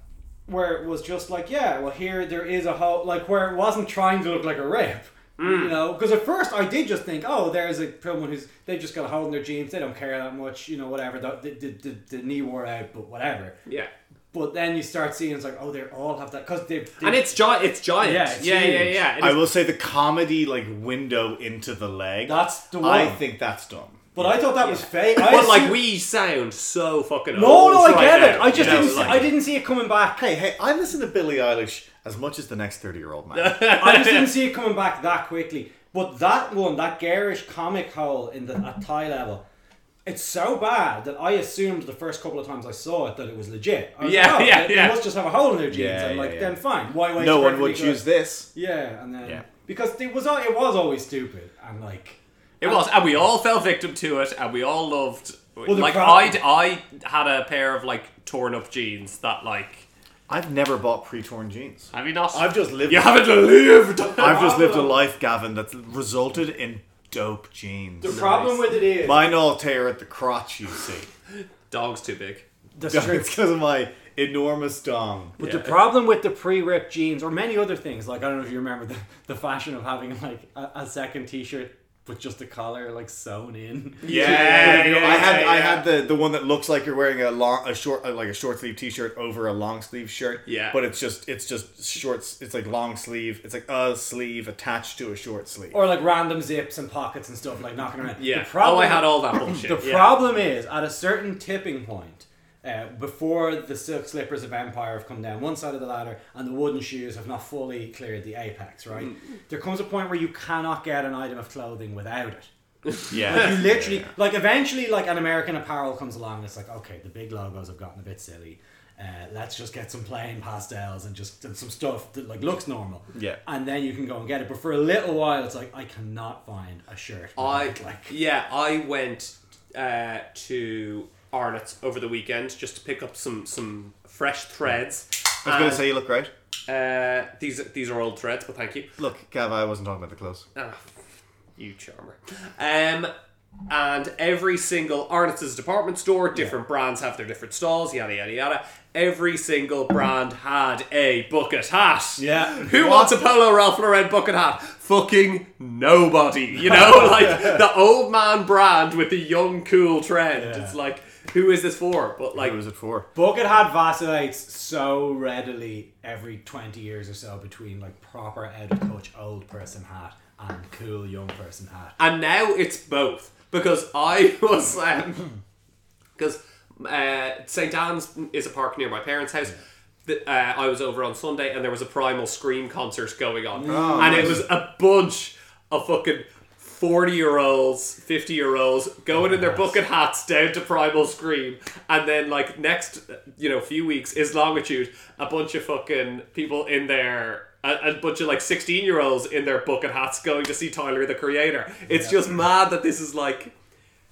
Speaker 1: where it was just like, yeah, well here there is a hole, like where it wasn't trying to look like a rip.
Speaker 2: Hmm.
Speaker 1: You know, because at first I did just think, oh, there's a someone who's they've just got a hole in their jeans, they don't care that much, you know, whatever. The, the, the, the, the knee wore out, but whatever.
Speaker 2: yeah.
Speaker 1: But then you start seeing it's like, oh, they all have that because they've,
Speaker 2: And it's giant. It's giant.
Speaker 1: Yeah, it's
Speaker 2: yeah, yeah,
Speaker 1: huge.
Speaker 2: yeah. It
Speaker 3: I
Speaker 2: is-
Speaker 3: will say the comedy like window into the leg.
Speaker 1: that's the one.
Speaker 3: I think that's dumb.
Speaker 1: but I thought that was fake.
Speaker 2: but like we sound so fucking.
Speaker 1: No,
Speaker 2: old
Speaker 1: no, I
Speaker 2: right
Speaker 1: get
Speaker 2: now,
Speaker 1: it. I just
Speaker 2: you know,
Speaker 1: didn't. See,
Speaker 2: like-
Speaker 1: I didn't see it coming back.
Speaker 3: Hey, hey, I listen to Billie Eilish as much as the next thirty-year-old man.
Speaker 1: I just didn't see it coming back that quickly. But that one, that garish comic hole in the at Thai level, it's so bad that I assumed the first couple of times I saw it that it was legit. I was
Speaker 2: Yeah,
Speaker 1: like, oh,
Speaker 2: yeah,
Speaker 1: they, they
Speaker 2: yeah.
Speaker 1: must just have a hole in their jeans.
Speaker 3: Yeah,
Speaker 1: and
Speaker 3: yeah,
Speaker 1: like,
Speaker 3: yeah.
Speaker 1: then fine. Why wait?
Speaker 3: no
Speaker 1: for
Speaker 3: one would
Speaker 1: everything to-
Speaker 3: choose this.
Speaker 1: Yeah, and then
Speaker 3: Yeah.
Speaker 1: because it was al- it was always stupid and like
Speaker 2: It was, and we all fell victim to it, and we all loved.
Speaker 1: the
Speaker 2: like
Speaker 1: crowd-
Speaker 2: I, I had a pair of like torn up jeans that like.
Speaker 3: I've never bought pre-torn jeans.
Speaker 2: Have you not?
Speaker 3: I've just lived.
Speaker 2: you haven't lived.
Speaker 3: I've just lived a life, Gavin, that's resulted in dope jeans.
Speaker 1: the problem with it is
Speaker 3: Mine all tear at the crotch, you see.
Speaker 2: Dog's too big.
Speaker 1: the
Speaker 3: it's
Speaker 1: strip-
Speaker 3: because of my enormous dong.
Speaker 1: But
Speaker 2: Yeah.
Speaker 1: the problem with the pre-ripped jeans, or many other things, like I don't know if you remember the, the fashion of having like a, a second T-shirt with just the collar like sewn in.
Speaker 2: Yeah, yeah,
Speaker 3: I had
Speaker 2: yeah,
Speaker 3: I
Speaker 2: yeah.
Speaker 3: had the, the one that looks like you're wearing a long a short uh, like a short sleeve t shirt over a long sleeve shirt.
Speaker 2: Yeah.
Speaker 3: but it's just it's just shorts. It's like long sleeve. It's like a sleeve attached to a short sleeve.
Speaker 1: Or like random zips and pockets and stuff like knocking around.
Speaker 2: Yeah.
Speaker 1: The problem,
Speaker 2: oh, I had all that bullshit.
Speaker 1: The
Speaker 2: yeah.
Speaker 1: problem is at a certain tipping point. Uh, before the silk slippers of empire have come down one side of the ladder and the wooden shoes have not fully cleared the apex right
Speaker 2: Mm.
Speaker 1: there comes a point where you cannot get an item of clothing without it
Speaker 3: yeah,
Speaker 1: You literally like eventually like an American Apparel comes along and it's like okay the big logos have gotten a bit silly. Uh, let's just get some plain pastels and just and some stuff that like looks normal.
Speaker 3: Yeah.
Speaker 1: and then you can go and get it. But for a little while, it's like I cannot find a shirt. with
Speaker 2: I
Speaker 1: it, like
Speaker 2: yeah, I went uh, to Arnott's over the weekend just to pick up some some fresh threads.
Speaker 3: I was gonna say you look great.
Speaker 2: Uh, these these are old threads, but thank you.
Speaker 3: Look, Gav, I wasn't talking about the clothes.
Speaker 2: Ah, you charmer. Um, and every single Arnott's is a department store. Different brands have their different stalls. Yada yada yada. Every single brand had a bucket hat.
Speaker 1: Yeah.
Speaker 2: Who wants a Polo Ralph Lauren bucket hat? Fucking nobody. You know, like the old man brand with the young cool trend.
Speaker 1: Yeah.
Speaker 2: It's like, who is this for? But like,
Speaker 3: Who was it for?
Speaker 1: Bucket hat vacillates so readily every twenty years or so between like proper out of touch old person hat and cool young person hat.
Speaker 2: and now it's both because I was um, because uh, St Anne's is a park near my parents' house. that Uh, I was over on Sunday and there was a Primal Scream concert going on, and it was a bunch of fucking. 40 year olds, 50 year olds going in their bucket hats down to Primal Scream, and then, like, next, you know, few weeks is Longitude, a bunch of fucking people in their a, a bunch of like 16 year olds in their bucket hats going to see Tyler the Creator. It's just mad that this is like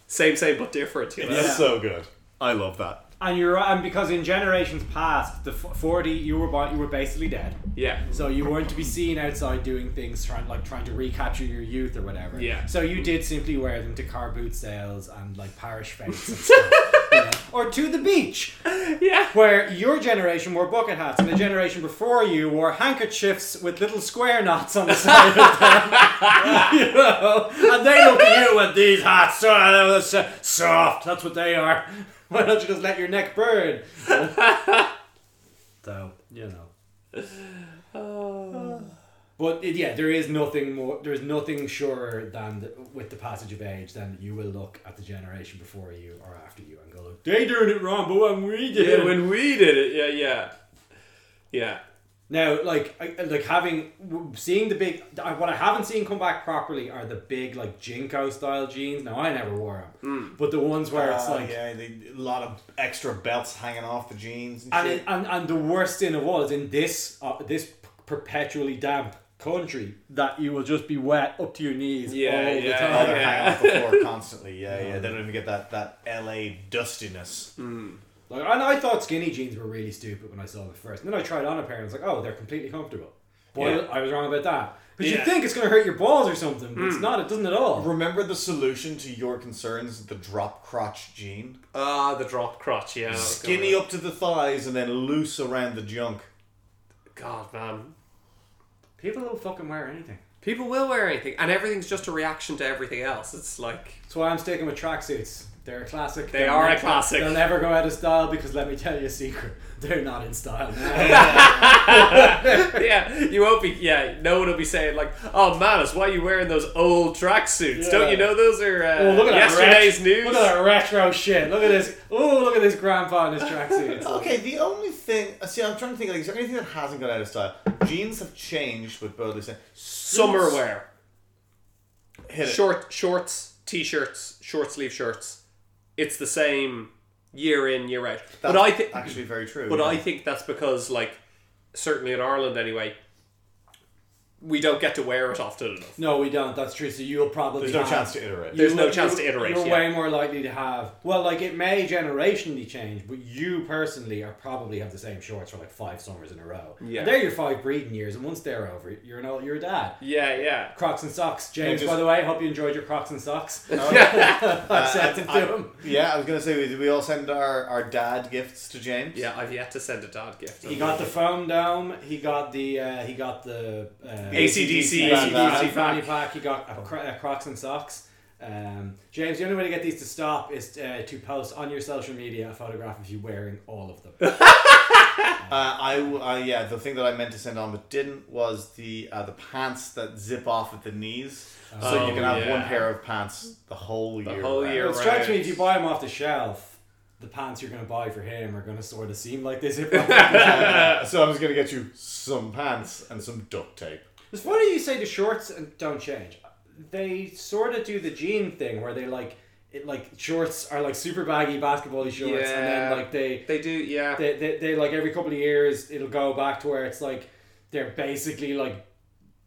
Speaker 2: same, same but different. You know?
Speaker 1: Yeah.
Speaker 3: so good. I love that.
Speaker 1: And you're and because in generations past, the f- forty you were bo- you were basically dead.
Speaker 2: yeah.
Speaker 1: So you weren't to be seen outside doing things trying like trying to recapture your youth or whatever.
Speaker 2: Yeah.
Speaker 1: So you did simply wear them to car boot sales and like parish fetes and stuff, you know, or to the beach,
Speaker 2: Yeah.
Speaker 1: where your generation wore bucket hats and the generation before you wore handkerchiefs with little square knots on the side of them. you know, and they look at you with these hats so they're so soft. That's what they are. Why don't you just let your neck burn?
Speaker 2: Oh.
Speaker 1: so you know. But it- yeah, there is nothing more. There is nothing surer than the, with the passage of age than you will look at the generation before you or after you and go, "They doing it wrong, but when we did it,
Speaker 2: Yeah, when we did it, yeah, yeah, yeah.
Speaker 1: Now, like, I- like having w- seeing the big, I- what I haven't seen come back properly are the big like Jinko style jeans. Now I never wore them, but the ones where it's
Speaker 3: Uh,
Speaker 1: like,
Speaker 3: yeah, the, a lot of extra belts hanging off the jeans and,
Speaker 1: and,
Speaker 3: shit.
Speaker 1: it, and and the worst thing of all is in this uh, this perpetually damp country that you will just be wet up to your knees
Speaker 2: Yeah,
Speaker 1: all the
Speaker 2: yeah,
Speaker 3: Oh,
Speaker 1: time.
Speaker 3: they're
Speaker 2: yeah.
Speaker 3: hanging off the floor constantly. Yeah, yeah. They don't even get that that LA dustiness.
Speaker 1: Like, and I thought skinny jeans were really stupid when I saw them first, and then I tried on a pair and it's like, oh, they're completely comfortable. Boy,
Speaker 2: Yeah.
Speaker 1: I was wrong about that. Because
Speaker 2: Yeah. Hmm.
Speaker 1: you think it's going to hurt your balls or something, but it's not. It doesn't at all.
Speaker 3: Remember the solution to your concerns: the drop crotch jean,
Speaker 2: Ah, the drop crotch, yeah. Oh,
Speaker 3: skinny up to the thighs and then loose around the junk.
Speaker 2: God, man.
Speaker 1: People don't fucking wear anything.
Speaker 2: People will wear anything, and everything's just a reaction to everything else. It's like,
Speaker 1: That's why I'm sticking with tracksuits. They're a classic.
Speaker 2: They
Speaker 1: They'll
Speaker 2: are a
Speaker 1: never-
Speaker 2: classic.
Speaker 1: They'll never go out of style because let me tell you a secret. They're not in style now.
Speaker 2: yeah, you won't be. Yeah, no one will be saying like, "Oh man, it's why you wearing those old tracksuits? Don't you
Speaker 1: Yeah.
Speaker 2: know those are uh,
Speaker 1: Oh, look at that
Speaker 2: yesterday's
Speaker 1: ret-
Speaker 2: news?"
Speaker 1: Look at that retro shit. Look at this. Oh, look at this grandpa in his tracksuit.
Speaker 3: Okay, the only thing. See, I'm trying to think. Like, is there anything that hasn't gone out of style? Jeans have changed, but boldly saying,
Speaker 2: Summer wear,
Speaker 3: hit it.
Speaker 2: short shorts, t-shirts, short sleeve shirts. It's the same year in year out.
Speaker 3: That's
Speaker 2: but I think,
Speaker 3: actually very true.
Speaker 2: but
Speaker 3: yeah.
Speaker 2: I think that's because like, certainly in Ireland anyway, we don't get to wear it often enough.
Speaker 1: No, we don't. That's true. So you'll probably
Speaker 3: there's no
Speaker 1: have-
Speaker 3: chance to iterate.
Speaker 2: There's
Speaker 1: you-
Speaker 2: no chance
Speaker 1: you-
Speaker 2: to iterate,
Speaker 1: You're
Speaker 2: yeah.
Speaker 1: way more likely to have. Well, like it may generationally change, but you personally are probably have the same shorts for like five summers in a row.
Speaker 2: Yeah.
Speaker 1: And they're your five breeding years, and once they're over, you're an old, you're a dad.
Speaker 2: Yeah, yeah.
Speaker 1: Crocs and socks, James.
Speaker 3: just-
Speaker 1: by the way, hope you enjoyed your Crocs and socks. I sent it to
Speaker 3: Uh, I-
Speaker 1: him.
Speaker 3: yeah, I was gonna say we, we all send our, our dad gifts to James.
Speaker 2: Yeah, I've yet to send a dad gift.
Speaker 1: He got the foam dome. He got the uh, he got the uh,
Speaker 2: AC/DC
Speaker 1: AC/DC
Speaker 3: fanny
Speaker 1: fanny pack. He got a, cro- a Crocs and socks. Um, James, the only way to get these to stop is uh, to post on your social media a photograph of you wearing all of them.
Speaker 3: Uh, I, w- uh, yeah, the thing that I meant to send on but didn't was the uh, the pants that zip off at the knees, so
Speaker 2: Oh,
Speaker 3: you can have
Speaker 2: yeah.
Speaker 3: one pair of pants the whole year.
Speaker 2: whole
Speaker 3: round.
Speaker 2: year.
Speaker 1: it strikes me
Speaker 2: right.
Speaker 1: if you buy them off the shelf, the pants you're going to buy for him are going to sort of seem like they zip off.
Speaker 3: Uh, so I'm just gonna get you some pants and some duct tape.
Speaker 1: It's funny you say the shorts and don't change. They sort of do the jean thing where they like it like shorts are like super baggy basketball shorts and
Speaker 2: Yeah.
Speaker 1: then like they
Speaker 2: They do, yeah.
Speaker 1: they, they they like every couple of years it'll go back to where it's like they're basically like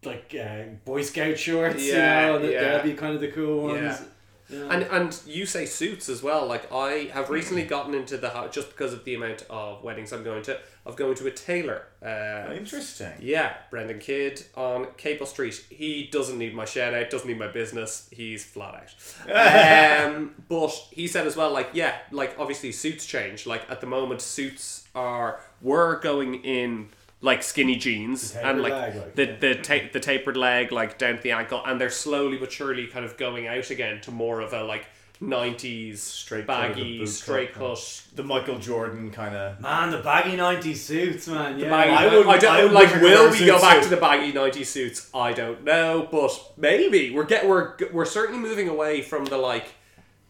Speaker 1: like uh, boy scout shorts
Speaker 2: Yeah,
Speaker 1: you know and
Speaker 2: yeah.
Speaker 1: that'll be kind of the cool ones.
Speaker 2: Yeah. And and you say suits as well. Like I have recently gotten into the ho just because of the amount of weddings I'm going to. Of going to a tailor. Uh,
Speaker 3: Interesting.
Speaker 2: yeah, Brendan Kidd on Capel Street. He doesn't need my shout out. Doesn't need my business. He's flat out. um, but he said as well, like yeah, like obviously suits change. Like at the moment, suits are were going in like skinny jeans
Speaker 1: The
Speaker 2: and
Speaker 1: tapered
Speaker 2: like,
Speaker 1: leg, like,
Speaker 2: the the ta- the tapered leg like down to the ankle, and they're slowly but surely kind of going out again to more of a like nineties
Speaker 3: Straight cut of the
Speaker 2: baggy
Speaker 3: boot
Speaker 2: straight
Speaker 3: cut,
Speaker 2: cut.
Speaker 3: The Michael Jordan kind of.
Speaker 1: Man, the baggy '90s suits, man. Yeah,
Speaker 2: baggy-
Speaker 3: I would-
Speaker 2: I don't-
Speaker 3: I would
Speaker 2: like.
Speaker 3: wear
Speaker 2: Will
Speaker 3: a
Speaker 2: we
Speaker 3: suit
Speaker 2: go back
Speaker 3: suit.
Speaker 2: to the baggy '90s suits? I don't know, but maybe we're get we're we're certainly moving away from the like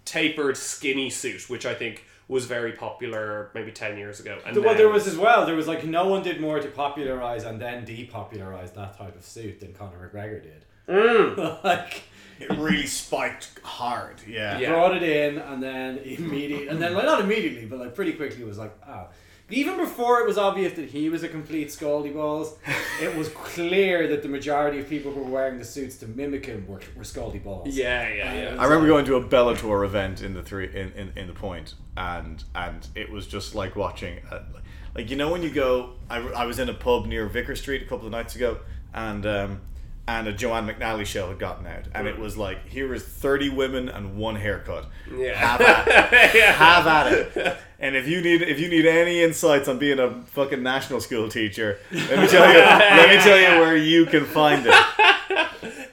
Speaker 2: tapered skinny suit, which I think was very popular maybe ten years ago. And
Speaker 1: Well,
Speaker 2: now-
Speaker 1: there was as well. There was like no one did more to popularize and then depopularize that type of suit than Conor McGregor did.
Speaker 2: Mm.
Speaker 1: like
Speaker 3: It really spiked hard. Yeah.
Speaker 2: Yeah.
Speaker 1: brought it in and then immediately and then like not immediately but like pretty quickly was like oh even before it was obvious that he was a complete scaldy balls it was clear that the majority of people who were wearing the suits to mimic him were, were scaldy balls
Speaker 2: yeah, yeah, yeah.
Speaker 3: I remember going to a Bellator event in the three in, in, in the point, and and it was just like watching, uh, like you know when you go. I, I was in a pub near Vicker Street a couple of nights ago, and um, and a Joanne McNally show had gotten out, and it was like here is thirty women and one haircut.
Speaker 2: Yeah.
Speaker 3: have at it. have at it. And if you need if you need any insights on being a fucking national school teacher, let me tell you. let me tell you where you can find it.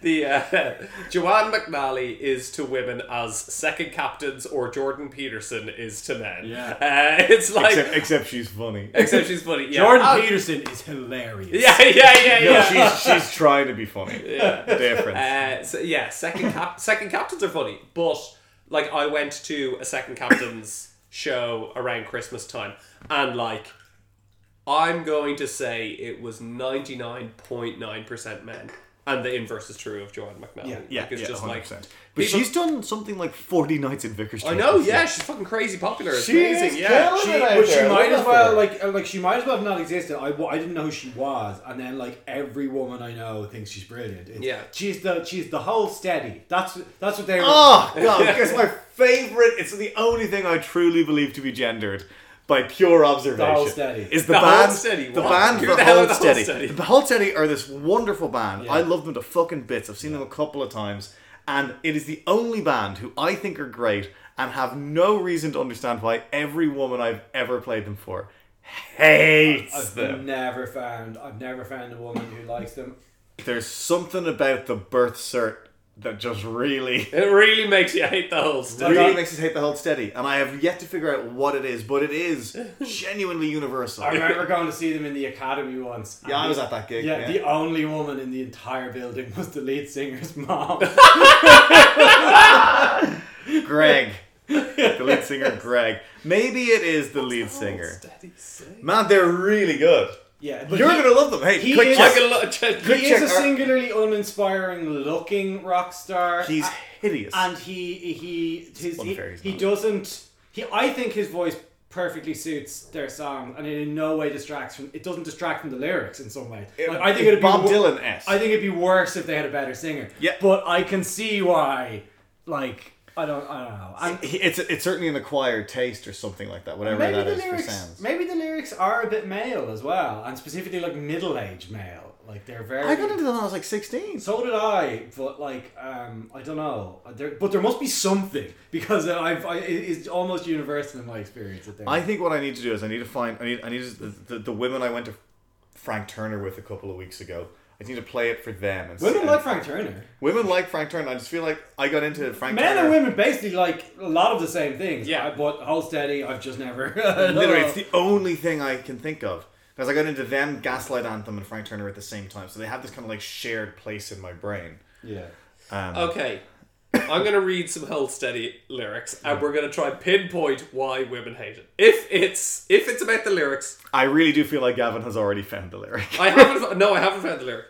Speaker 2: the uh, Joanne McNally is to women as second captains or Jordan Peterson is to men.
Speaker 1: Yeah.
Speaker 2: Uh, it's like
Speaker 3: Except,
Speaker 2: except,
Speaker 3: except she's funny.
Speaker 2: she's funny. Yeah.
Speaker 1: Jordan
Speaker 2: Oh,
Speaker 1: Peterson is hilarious.
Speaker 2: Yeah, yeah, yeah,
Speaker 3: No,
Speaker 2: yeah.
Speaker 3: she's she's trying to be funny. The difference.
Speaker 2: Uh, so yeah, second cap- second captains are funny, but like I went to a second captains show around Christmas time, and like I'm going to say it was 99.9 percent men, and the inverse is true of Joanne McNally.
Speaker 1: Yeah,
Speaker 2: like, it's just like
Speaker 3: 100%. but
Speaker 2: people-
Speaker 3: she's done something like forty nights at Vickers.
Speaker 2: I know, yeah, she's fucking crazy popular. It's
Speaker 3: She is
Speaker 2: amazing, yeah.
Speaker 3: killing
Speaker 1: She,
Speaker 3: it out
Speaker 1: but she
Speaker 3: there.
Speaker 1: might
Speaker 3: Look
Speaker 1: as
Speaker 3: at
Speaker 1: well
Speaker 3: her.
Speaker 1: like uh, like she might as well have not existed. I, wa- I didn't know who she was, and then like every woman I know thinks she's brilliant. It's-
Speaker 2: Yeah.
Speaker 1: she's the she's the whole steady. That's that's what they. were
Speaker 2: Ah!
Speaker 3: Oh god, it's my favorite. It's the only thing I truly believe to be gendered by pure observation.
Speaker 1: The Hold Steady.
Speaker 3: is the,
Speaker 2: The Hold
Speaker 3: band
Speaker 2: Steady,
Speaker 3: the
Speaker 2: what?
Speaker 3: band
Speaker 2: Who
Speaker 3: the,
Speaker 2: the hell are
Speaker 3: Hold
Speaker 2: the Hold
Speaker 3: Steady.
Speaker 2: Steady?
Speaker 3: The Hold Steady are this wonderful band.
Speaker 1: Yeah.
Speaker 3: I love them to fucking bits. I've seen them a couple of times, and it is the only band who I think are great and have no reason to understand why every woman I've ever played them for hates
Speaker 1: I've
Speaker 3: them.
Speaker 1: never found I've never found a woman who likes them.
Speaker 3: There's something about the birth cert that just really
Speaker 2: It really makes you hate the whole stuff.
Speaker 3: really makes us hate the Hold Steady, and I have yet to figure out what it is, but it is genuinely universal.
Speaker 1: I remember going to see them in the academy once. and
Speaker 3: yeah, I
Speaker 1: the-
Speaker 3: was at that gig.
Speaker 1: Yeah,
Speaker 3: Yeah,
Speaker 1: the only woman in the entire building was the lead singer's mom.
Speaker 3: Greg, the lead singer Greg. Maybe it is the lead singer. Man, they're really good.
Speaker 1: yeah, but
Speaker 3: You're
Speaker 1: he-
Speaker 3: gonna love them. Hey,
Speaker 1: he
Speaker 3: quick
Speaker 1: is-
Speaker 2: I
Speaker 3: check.
Speaker 2: can look, check,
Speaker 3: Good
Speaker 1: He is a
Speaker 3: check, Ar-
Speaker 1: singularly uninspiring looking rock star.
Speaker 3: He's
Speaker 1: A-
Speaker 3: hideous.
Speaker 1: and he he his, he,
Speaker 3: unfair, he's
Speaker 1: he
Speaker 3: not.
Speaker 1: doesn't he I think his voice perfectly suits their song and it in no way distracts from it doesn't distract from the lyrics in some way. Like, I think it'd
Speaker 3: Bob
Speaker 1: be wor-
Speaker 3: Dylan s.
Speaker 1: I think it'd be worse if they had a better singer.
Speaker 3: Yeah.
Speaker 1: But I can see why like I don't I don't know. And
Speaker 3: He- it's it's certainly an acquired taste or something like that. Whatever
Speaker 1: maybe
Speaker 3: that
Speaker 1: the
Speaker 3: is for
Speaker 1: lyrics
Speaker 3: sounds.
Speaker 1: maybe the lyrics are a bit male as well and specifically like middle aged male. Like they're very
Speaker 3: I got into them when I was like 16.
Speaker 1: So did I, but like um, I don't know. There, but there must be something because I've I, it- it's almost universal in my experience. That there.
Speaker 3: I think what I need to do is I need to find I need I need to, the, the women I went to Frank Turner with a couple of weeks ago. I need to play it for them. And
Speaker 1: women
Speaker 3: and-
Speaker 1: like Frank Turner.
Speaker 3: women like Frank Turner. I just feel like I got into Frank
Speaker 1: Men
Speaker 3: Turner.
Speaker 1: and women basically like a lot of the same things.
Speaker 2: Yeah.
Speaker 1: I, but hold steady. I've just never.
Speaker 3: Literally, it's the only thing I can think of because I got into them, Gaslight Anthem, and Frank Turner at the same time. So they have this kind of like shared place in my brain.
Speaker 1: yeah.
Speaker 3: Um,
Speaker 2: Okay. I'm going to read some Hold Steady lyrics and we're going to try and pinpoint why women hate it. If it's if it's about the lyrics,
Speaker 3: I really do feel like Gavin has already found the lyric.
Speaker 2: I haven't fo- no, I haven't found the lyric.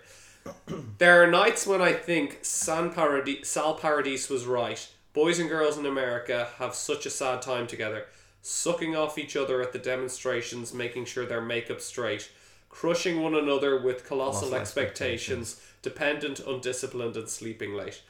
Speaker 2: There are nights when I think San Paradis, Sal Paradis was right. Boys and girls in America have such a sad time together, sucking off each other at the demonstrations, making sure their makeup's straight, crushing one another with colossal
Speaker 3: Colossal
Speaker 2: expectations, dependent, undisciplined, and sleeping late.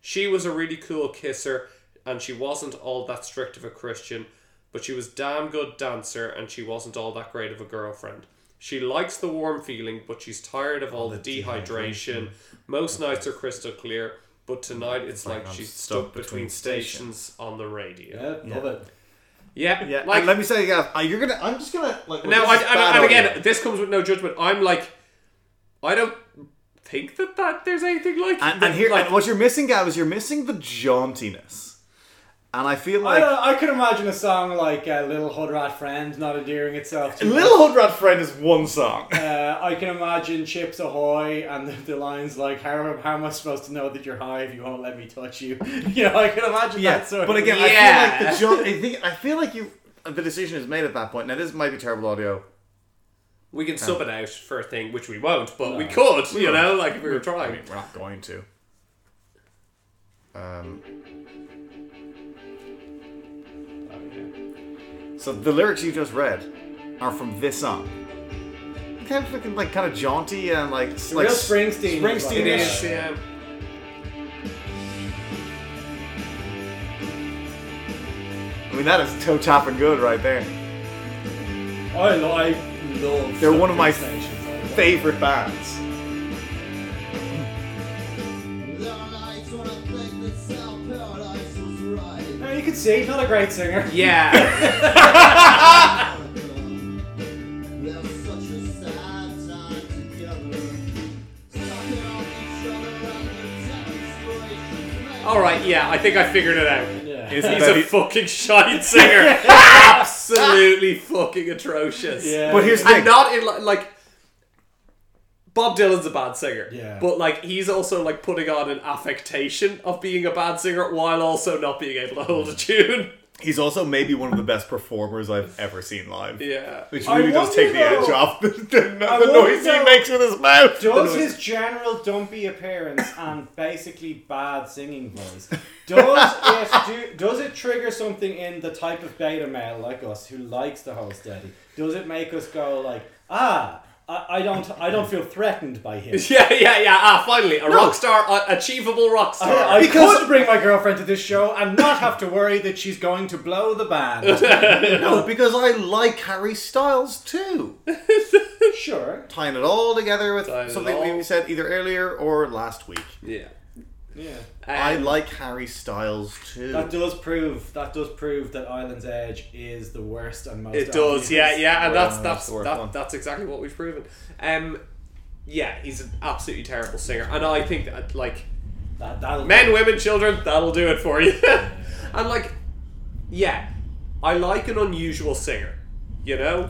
Speaker 2: She was a really cool kisser, and she wasn't all that strict of a Christian, but she was damn good dancer, and she wasn't all that great of a girlfriend. She likes the warm feeling, but she's tired of all the dehydration. Most nights are crystal clear, but tonight it's like
Speaker 3: I'm
Speaker 2: she's
Speaker 3: stuck
Speaker 2: stuck
Speaker 3: between
Speaker 2: between
Speaker 3: stations.
Speaker 2: stations on the radio.
Speaker 1: Yeah, love it.
Speaker 2: Yeah,
Speaker 3: Yeah,
Speaker 2: like
Speaker 3: and let me say, Gav, uh, you're gonna. I'm just gonna like.
Speaker 2: now,
Speaker 3: this
Speaker 2: I,
Speaker 3: is
Speaker 2: and,
Speaker 3: bad
Speaker 2: and
Speaker 3: audio.
Speaker 2: again, this comes with no judgment. I'm like, I don't think that, that there's anything like
Speaker 3: And,
Speaker 2: that,
Speaker 3: and here,
Speaker 2: like,
Speaker 3: and what you're missing, Gav, is you're missing the jauntiness. And I feel
Speaker 1: I,
Speaker 3: like
Speaker 1: don't know, I could imagine a song like uh, "Little Hood Rat Friend" not endearing itself. To
Speaker 3: Little Hood Rat Friend is one song.
Speaker 1: Uh, I can imagine Chips Ahoy and the, the lines like, how, how am I supposed to know that you're high if you won't let me touch you? You know, I can imagine
Speaker 3: yeah,
Speaker 1: that sort
Speaker 3: but
Speaker 1: of
Speaker 3: again, I feel
Speaker 2: Yeah.
Speaker 3: like the jaunt. I think I feel like you. The decision is made at that point. Now this might be terrible audio.
Speaker 2: we can sub it out for a thing, which we won't, but we could, you know, like if we were trying.
Speaker 3: We're not going to. Um, so the lyrics you just read are from this song. Kind of looking like kind of jaunty and like s- like
Speaker 1: real
Speaker 3: s-
Speaker 1: Springsteen.
Speaker 3: Springsteen
Speaker 2: It
Speaker 3: is.
Speaker 2: is, yeah.
Speaker 3: I mean that is toe tapping good right there.
Speaker 1: I, lo- I love.
Speaker 3: They're one of my
Speaker 1: stations.
Speaker 3: Favorite bands.
Speaker 4: There are nights when I think that South Paradise was right.
Speaker 1: you can see, not a great singer.
Speaker 2: Yeah.
Speaker 4: There's such a sad time together. Sucking off each other at the
Speaker 2: I, yeah, I think I figured it out.
Speaker 1: Yeah.
Speaker 3: Is
Speaker 2: He's a
Speaker 3: Betty-
Speaker 2: fucking shite singer. Absolutely fucking atrocious.
Speaker 1: Yeah.
Speaker 3: But here's the
Speaker 2: And
Speaker 3: thing.
Speaker 2: not in li- like Bob Dylan's a bad singer.
Speaker 1: Yeah.
Speaker 2: But like he's also like putting on an affectation of being a bad singer while also not being able to hold a tune.
Speaker 3: He's also maybe one of the best performers I've ever seen live.
Speaker 2: Yeah.
Speaker 3: Which
Speaker 1: I
Speaker 3: really does
Speaker 1: wonder
Speaker 3: take the edge
Speaker 1: though-
Speaker 3: off the, the, the
Speaker 1: wonder
Speaker 3: noise he
Speaker 1: though-
Speaker 3: makes with his mouth. The
Speaker 1: Does
Speaker 3: noise-
Speaker 1: his general dumpy appearance and basically bad singing voice does it do, does it trigger something in the type of beta male like us who likes the whole steady? Does it make us go like ah I, I don't I don't feel threatened by him?
Speaker 2: Yeah, yeah, yeah. Ah, finally, a rock star, a achievable rock star.
Speaker 1: I, I
Speaker 3: Because-
Speaker 1: could bring my girlfriend to this show and not have to worry that she's going to blow the band.
Speaker 3: No, because I like Harry Styles too.
Speaker 1: sure.
Speaker 3: Tying it all together with
Speaker 2: Tying it
Speaker 3: something
Speaker 2: all-
Speaker 3: we said either earlier or last week.
Speaker 2: yeah. Um,
Speaker 1: Yeah.
Speaker 3: I like Harry Styles too.
Speaker 1: That does prove that does prove that Island's Edge is the worst and most
Speaker 2: It does, yeah,
Speaker 1: obvious.
Speaker 2: yeah, and that's that's
Speaker 3: Well, that's the worst
Speaker 2: that,
Speaker 3: one.
Speaker 2: that's exactly what we've proven. Um, yeah, he's an absolutely terrible singer, and I think that like
Speaker 1: That, that'll
Speaker 2: men, women, children, that'll do it for you. and like, yeah, I like an unusual singer, you know,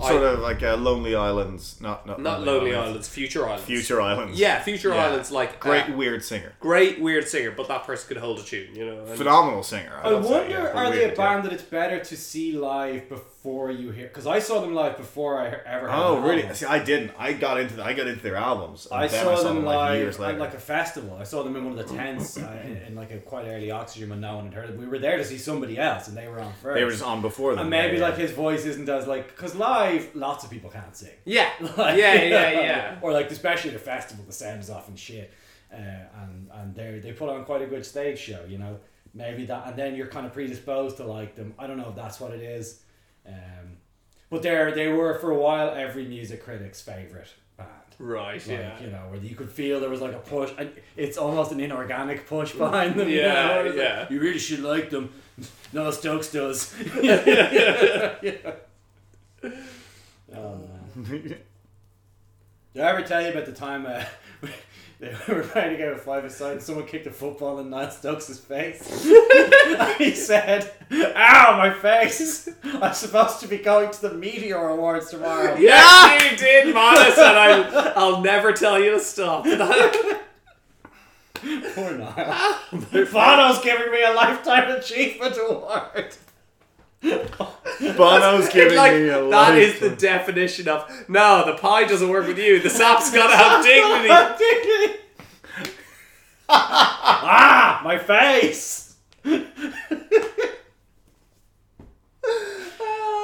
Speaker 2: I-
Speaker 3: sort of like uh, Lonely Islands, not not,
Speaker 2: not Lonely Islands, Future Islands,
Speaker 3: Future Islands.
Speaker 2: yeah, Future
Speaker 3: Yeah.
Speaker 2: Islands, like
Speaker 3: great
Speaker 2: uh,
Speaker 3: weird singer,
Speaker 2: great weird singer, but that person could hold a tune, you know. and-
Speaker 3: phenomenal singer.
Speaker 1: Uh, I
Speaker 3: love that,
Speaker 1: wonder,
Speaker 3: yeah, but
Speaker 1: are they
Speaker 3: weird,
Speaker 1: a band that it's better to see live before you hear? Because I saw them live before I he- ever. heard
Speaker 3: Yeah. Oh
Speaker 1: them
Speaker 3: really?
Speaker 1: live.
Speaker 3: See, I didn't. I got into the, I got into their albums. and
Speaker 1: I
Speaker 3: then
Speaker 1: saw them
Speaker 3: years
Speaker 1: live
Speaker 3: later.
Speaker 1: at like a festival. I saw them in one of the tents uh, in, in like a quite early oxygen when no one had heard it. We were there to see somebody else, and they were on first.
Speaker 3: they were just on before them.
Speaker 1: and maybe
Speaker 3: yeah,
Speaker 1: like his voice isn't as like because live, lots of people can't sing.
Speaker 2: yeah, yeah,
Speaker 1: Like-
Speaker 2: yeah, yeah.
Speaker 1: or like especially at a festival, the sound is often shit, uh, and and they they put on quite a good stage show, you know. Maybe that, and then you're kind of predisposed to like them. I don't know if that's what it is, um, but they they were for a while every music critic's favorite band.
Speaker 2: Right,
Speaker 1: Like,
Speaker 2: yeah.
Speaker 1: you know, where you could feel there was like a push, and it's almost an inorganic push behind them. you
Speaker 2: Mm. Yeah,
Speaker 1: know, it's like,
Speaker 2: yeah.
Speaker 1: you really should like them. No, Stokes does. Yeah. Oh, man. Did I ever tell you about the time uh, they were trying to get a five aside and someone kicked a football in Niall Stokes' face? And he said, Ow, my face! I'm supposed to be going to the Meteor Awards tomorrow.
Speaker 2: Yes, you did, Modest, and I, I'll never tell you to stop.
Speaker 1: Poor Niall. Bono's giving me a Lifetime Achievement Award.
Speaker 3: Bono's giving
Speaker 2: like,
Speaker 3: me a
Speaker 2: that is
Speaker 3: life.
Speaker 2: the definition of no, the pie doesn't work with you. The sap's gotta have dignity.
Speaker 1: Dignity. ah, my face!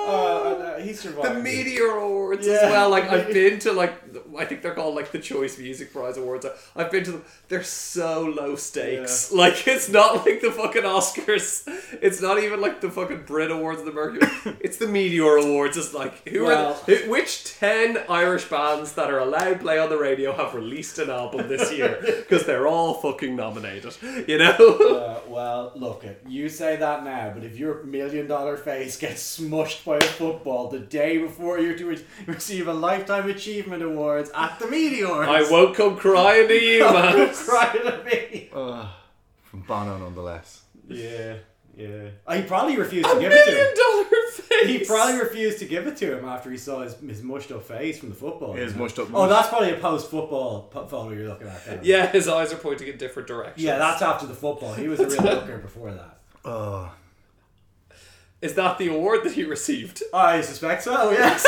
Speaker 1: Uh, he survived.
Speaker 2: The Meteor Awards as
Speaker 1: Yeah.
Speaker 2: well. Like I've been to like the- I think they're called like the Choice Music Prize Awards. I've been to them. They're so low stakes. Like it's not like the fucking Oscars. It's not even like the fucking Brit Awards or the Mercury. it's the Meteor Awards. It's like who
Speaker 1: Well-
Speaker 2: are the, who- which ten Irish bands that are allowed play on the radio have released an album this year because they're all fucking nominated. You know.
Speaker 1: Uh, well, look, it- you say that now, but if your million dollar face gets smushed by a football the day before you're to re- receive a Lifetime Achievement Awards at the Meteors,
Speaker 2: I won't come crying to you,
Speaker 1: Don't
Speaker 2: man.
Speaker 1: cry to me.
Speaker 3: Ugh, from Bono, nonetheless.
Speaker 1: Yeah, yeah. He probably refused to give it to
Speaker 2: Million
Speaker 1: him.
Speaker 2: dollar face.
Speaker 1: He probably refused to give it to him after he saw his, his mushed up face from the football.
Speaker 3: His
Speaker 1: you know?
Speaker 3: mushed up
Speaker 1: Oh,
Speaker 3: mush.
Speaker 1: that's probably a post football photo you're looking at. there.
Speaker 2: Yeah, his eyes are pointing in different directions.
Speaker 1: Yeah, that's after the football. He was a real looker before that.
Speaker 3: Ugh.
Speaker 2: Is that the award that he received?
Speaker 1: I suspect so, yes.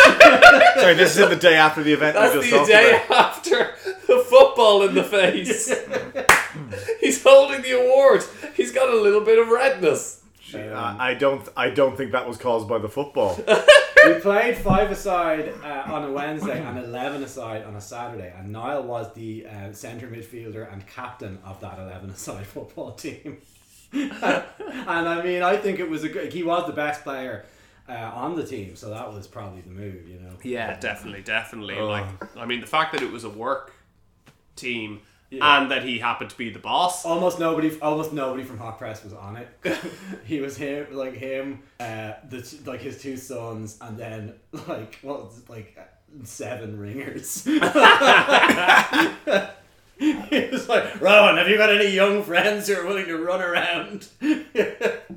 Speaker 3: Sorry, this is the day after the event. we
Speaker 2: That's
Speaker 3: just
Speaker 2: the
Speaker 3: talked
Speaker 2: day
Speaker 3: about.
Speaker 2: after the football in the face. He's holding the award. He's got a little bit of redness.
Speaker 3: Uh, I I don't. I don't think that was caused by the football.
Speaker 1: we played five aside uh, on a Wednesday and eleven aside on a Saturday, and Niall was the uh, centre midfielder and captain of that eleven aside football team. and I mean, I think it was a good. He was the best player uh, on the team, so that was probably the move, you know.
Speaker 2: Yeah, definitely, definitely.
Speaker 3: Oh.
Speaker 2: I mean, the fact that it was a work team and that he happened to be the boss.
Speaker 1: Almost nobody, almost nobody from Hot Press was on it. he was him, like him, uh, the t- like his two sons, and then like what, was it, like uh, seven ringers. He was like, Rowan, have you got any young friends who are willing to run around?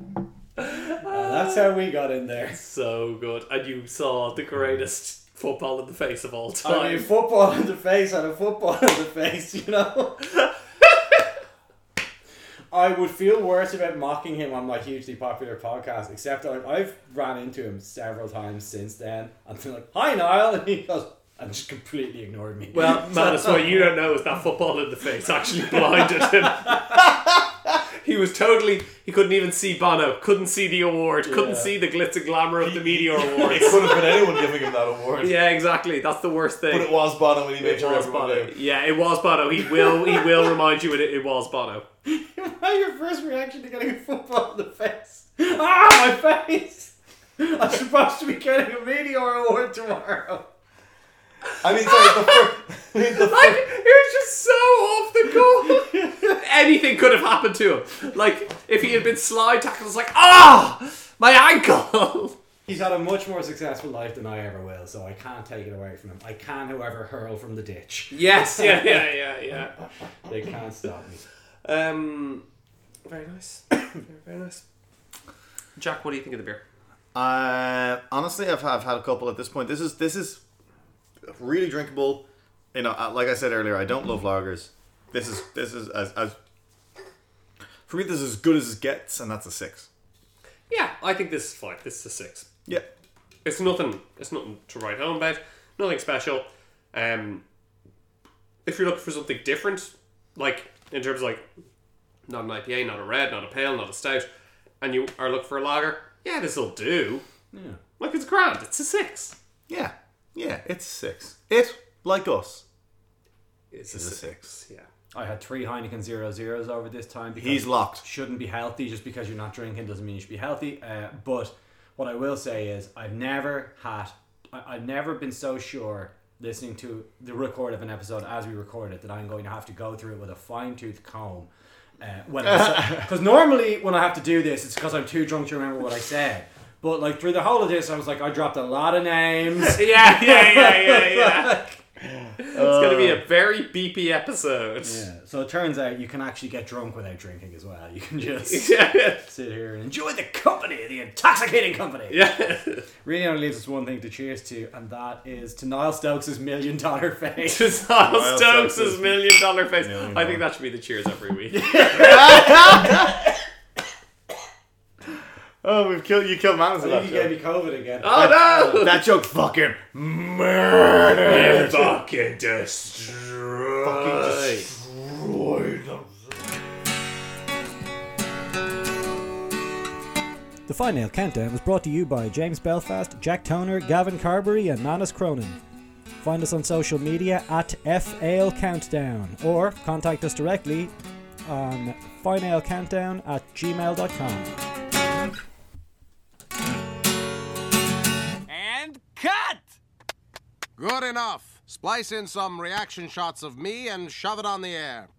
Speaker 1: Uh, that's how we got in there.
Speaker 2: So good. And you saw the greatest football in the face of all time.
Speaker 1: I mean, football in the face and a football in the face, you know? I would feel worse about mocking him on my hugely popular podcast, except like, I've ran into him several times since then. I've been like, hi, Niall. And he goes, and just completely ignored me.
Speaker 2: well, Manus, what you don't know is that football in the face actually blinded him. he was totally. He couldn't even see Bono. Couldn't see the award. Couldn't
Speaker 1: Yeah.
Speaker 2: see the glitz and glamour of the media
Speaker 3: It
Speaker 2: awards.
Speaker 3: could have been anyone giving him that award.
Speaker 2: yeah, exactly. That's the worst thing.
Speaker 3: But it was Bono when he made
Speaker 2: It
Speaker 3: sure
Speaker 2: was
Speaker 3: everyone
Speaker 2: Bono.
Speaker 3: knew.
Speaker 2: Yeah, it was Bono. He will. He will remind you it, it was Bono.
Speaker 1: your first reaction to getting a football in the face? Ah, my face! I'm supposed to be getting a meteor award tomorrow.
Speaker 3: I mean, sorry, the first, I mean, the
Speaker 2: Like
Speaker 3: fir-
Speaker 2: it was just so off the goal. Anything could have happened to him. Like if he had been slide tackled, it's like ah, my ankle.
Speaker 1: He's had a much more successful life than I ever will, so I can't take it away from him. I can, however, hurl from the ditch.
Speaker 2: Yes. Yeah. Yeah. Yeah.
Speaker 1: They can't stop me.
Speaker 2: Yeah. Um. Very nice. Very, very nice. Jack, what do you think of the beer?
Speaker 3: Uh, honestly, I've, I've had a couple at this point. This is this is really drinkable. You know, uh, like I said earlier, I don't love lagers. This is this is as, as for me. This is as good as it gets, and that's a six.
Speaker 2: Yeah, I think this is fine. This is a six.
Speaker 3: Yeah,
Speaker 2: It's nothing. It's nothing to write home about. Nothing special. Um, if you're looking for something different, like in terms of like not an IPA, not a red, not a pale, not a stout, and you are looking for a lager, yeah, this will do.
Speaker 1: Yeah.
Speaker 2: Like it's grand. It's a six.
Speaker 3: yeah, yeah. It's a six. It like us.
Speaker 2: It's,
Speaker 3: It's a
Speaker 2: Yeah.
Speaker 1: I had three Heineken zero zeros over this time. Because
Speaker 3: He's locked.
Speaker 1: shouldn't be healthy just because you're not drinking doesn't mean you should be healthy. Uh, but what I will say is I've never had I, I've never been so sure listening to the record of an episode as we record it that I'm going to have to go through it with a fine tooth comb. Uh, when because normally when I have to do this, it's because I'm too drunk to remember what I said. But like through the whole of this, I was like, I dropped a lot of names.
Speaker 2: Yeah, yeah, yeah, yeah, yeah. it's gonna be a very beepy episode.
Speaker 1: Yeah, so it turns out you can actually get drunk without drinking as well. You can just
Speaker 2: Yeah.
Speaker 1: sit here and enjoy the company, the intoxicating company.
Speaker 2: yeah.
Speaker 1: Really only leaves us one thing to cheers to, and that is to Niall Stokes' million dollar face.
Speaker 2: Just Niall
Speaker 3: Niall
Speaker 2: Stokes'
Speaker 3: Stokes'
Speaker 2: million dollar face.
Speaker 3: million
Speaker 2: I think
Speaker 3: dollar.
Speaker 2: that should be the cheers every week.
Speaker 3: Oh, we've killed you. Killed Manus with
Speaker 1: I think
Speaker 3: that
Speaker 1: he gave
Speaker 3: joke.
Speaker 1: me COVID again.
Speaker 3: Ah!
Speaker 2: Oh no!
Speaker 3: That joke fucking murdered.
Speaker 2: fucking destroyed.
Speaker 5: The Final Countdown was brought to you by James Belfast, Jack Toner, Gavin Carberry, and Manus Cronin. Find us on social media at FAL Countdown or contact us directly on finalcountdown at gmail.com.
Speaker 6: And cut!
Speaker 7: Good enough. Splice in some reaction shots of me and shove it on the air.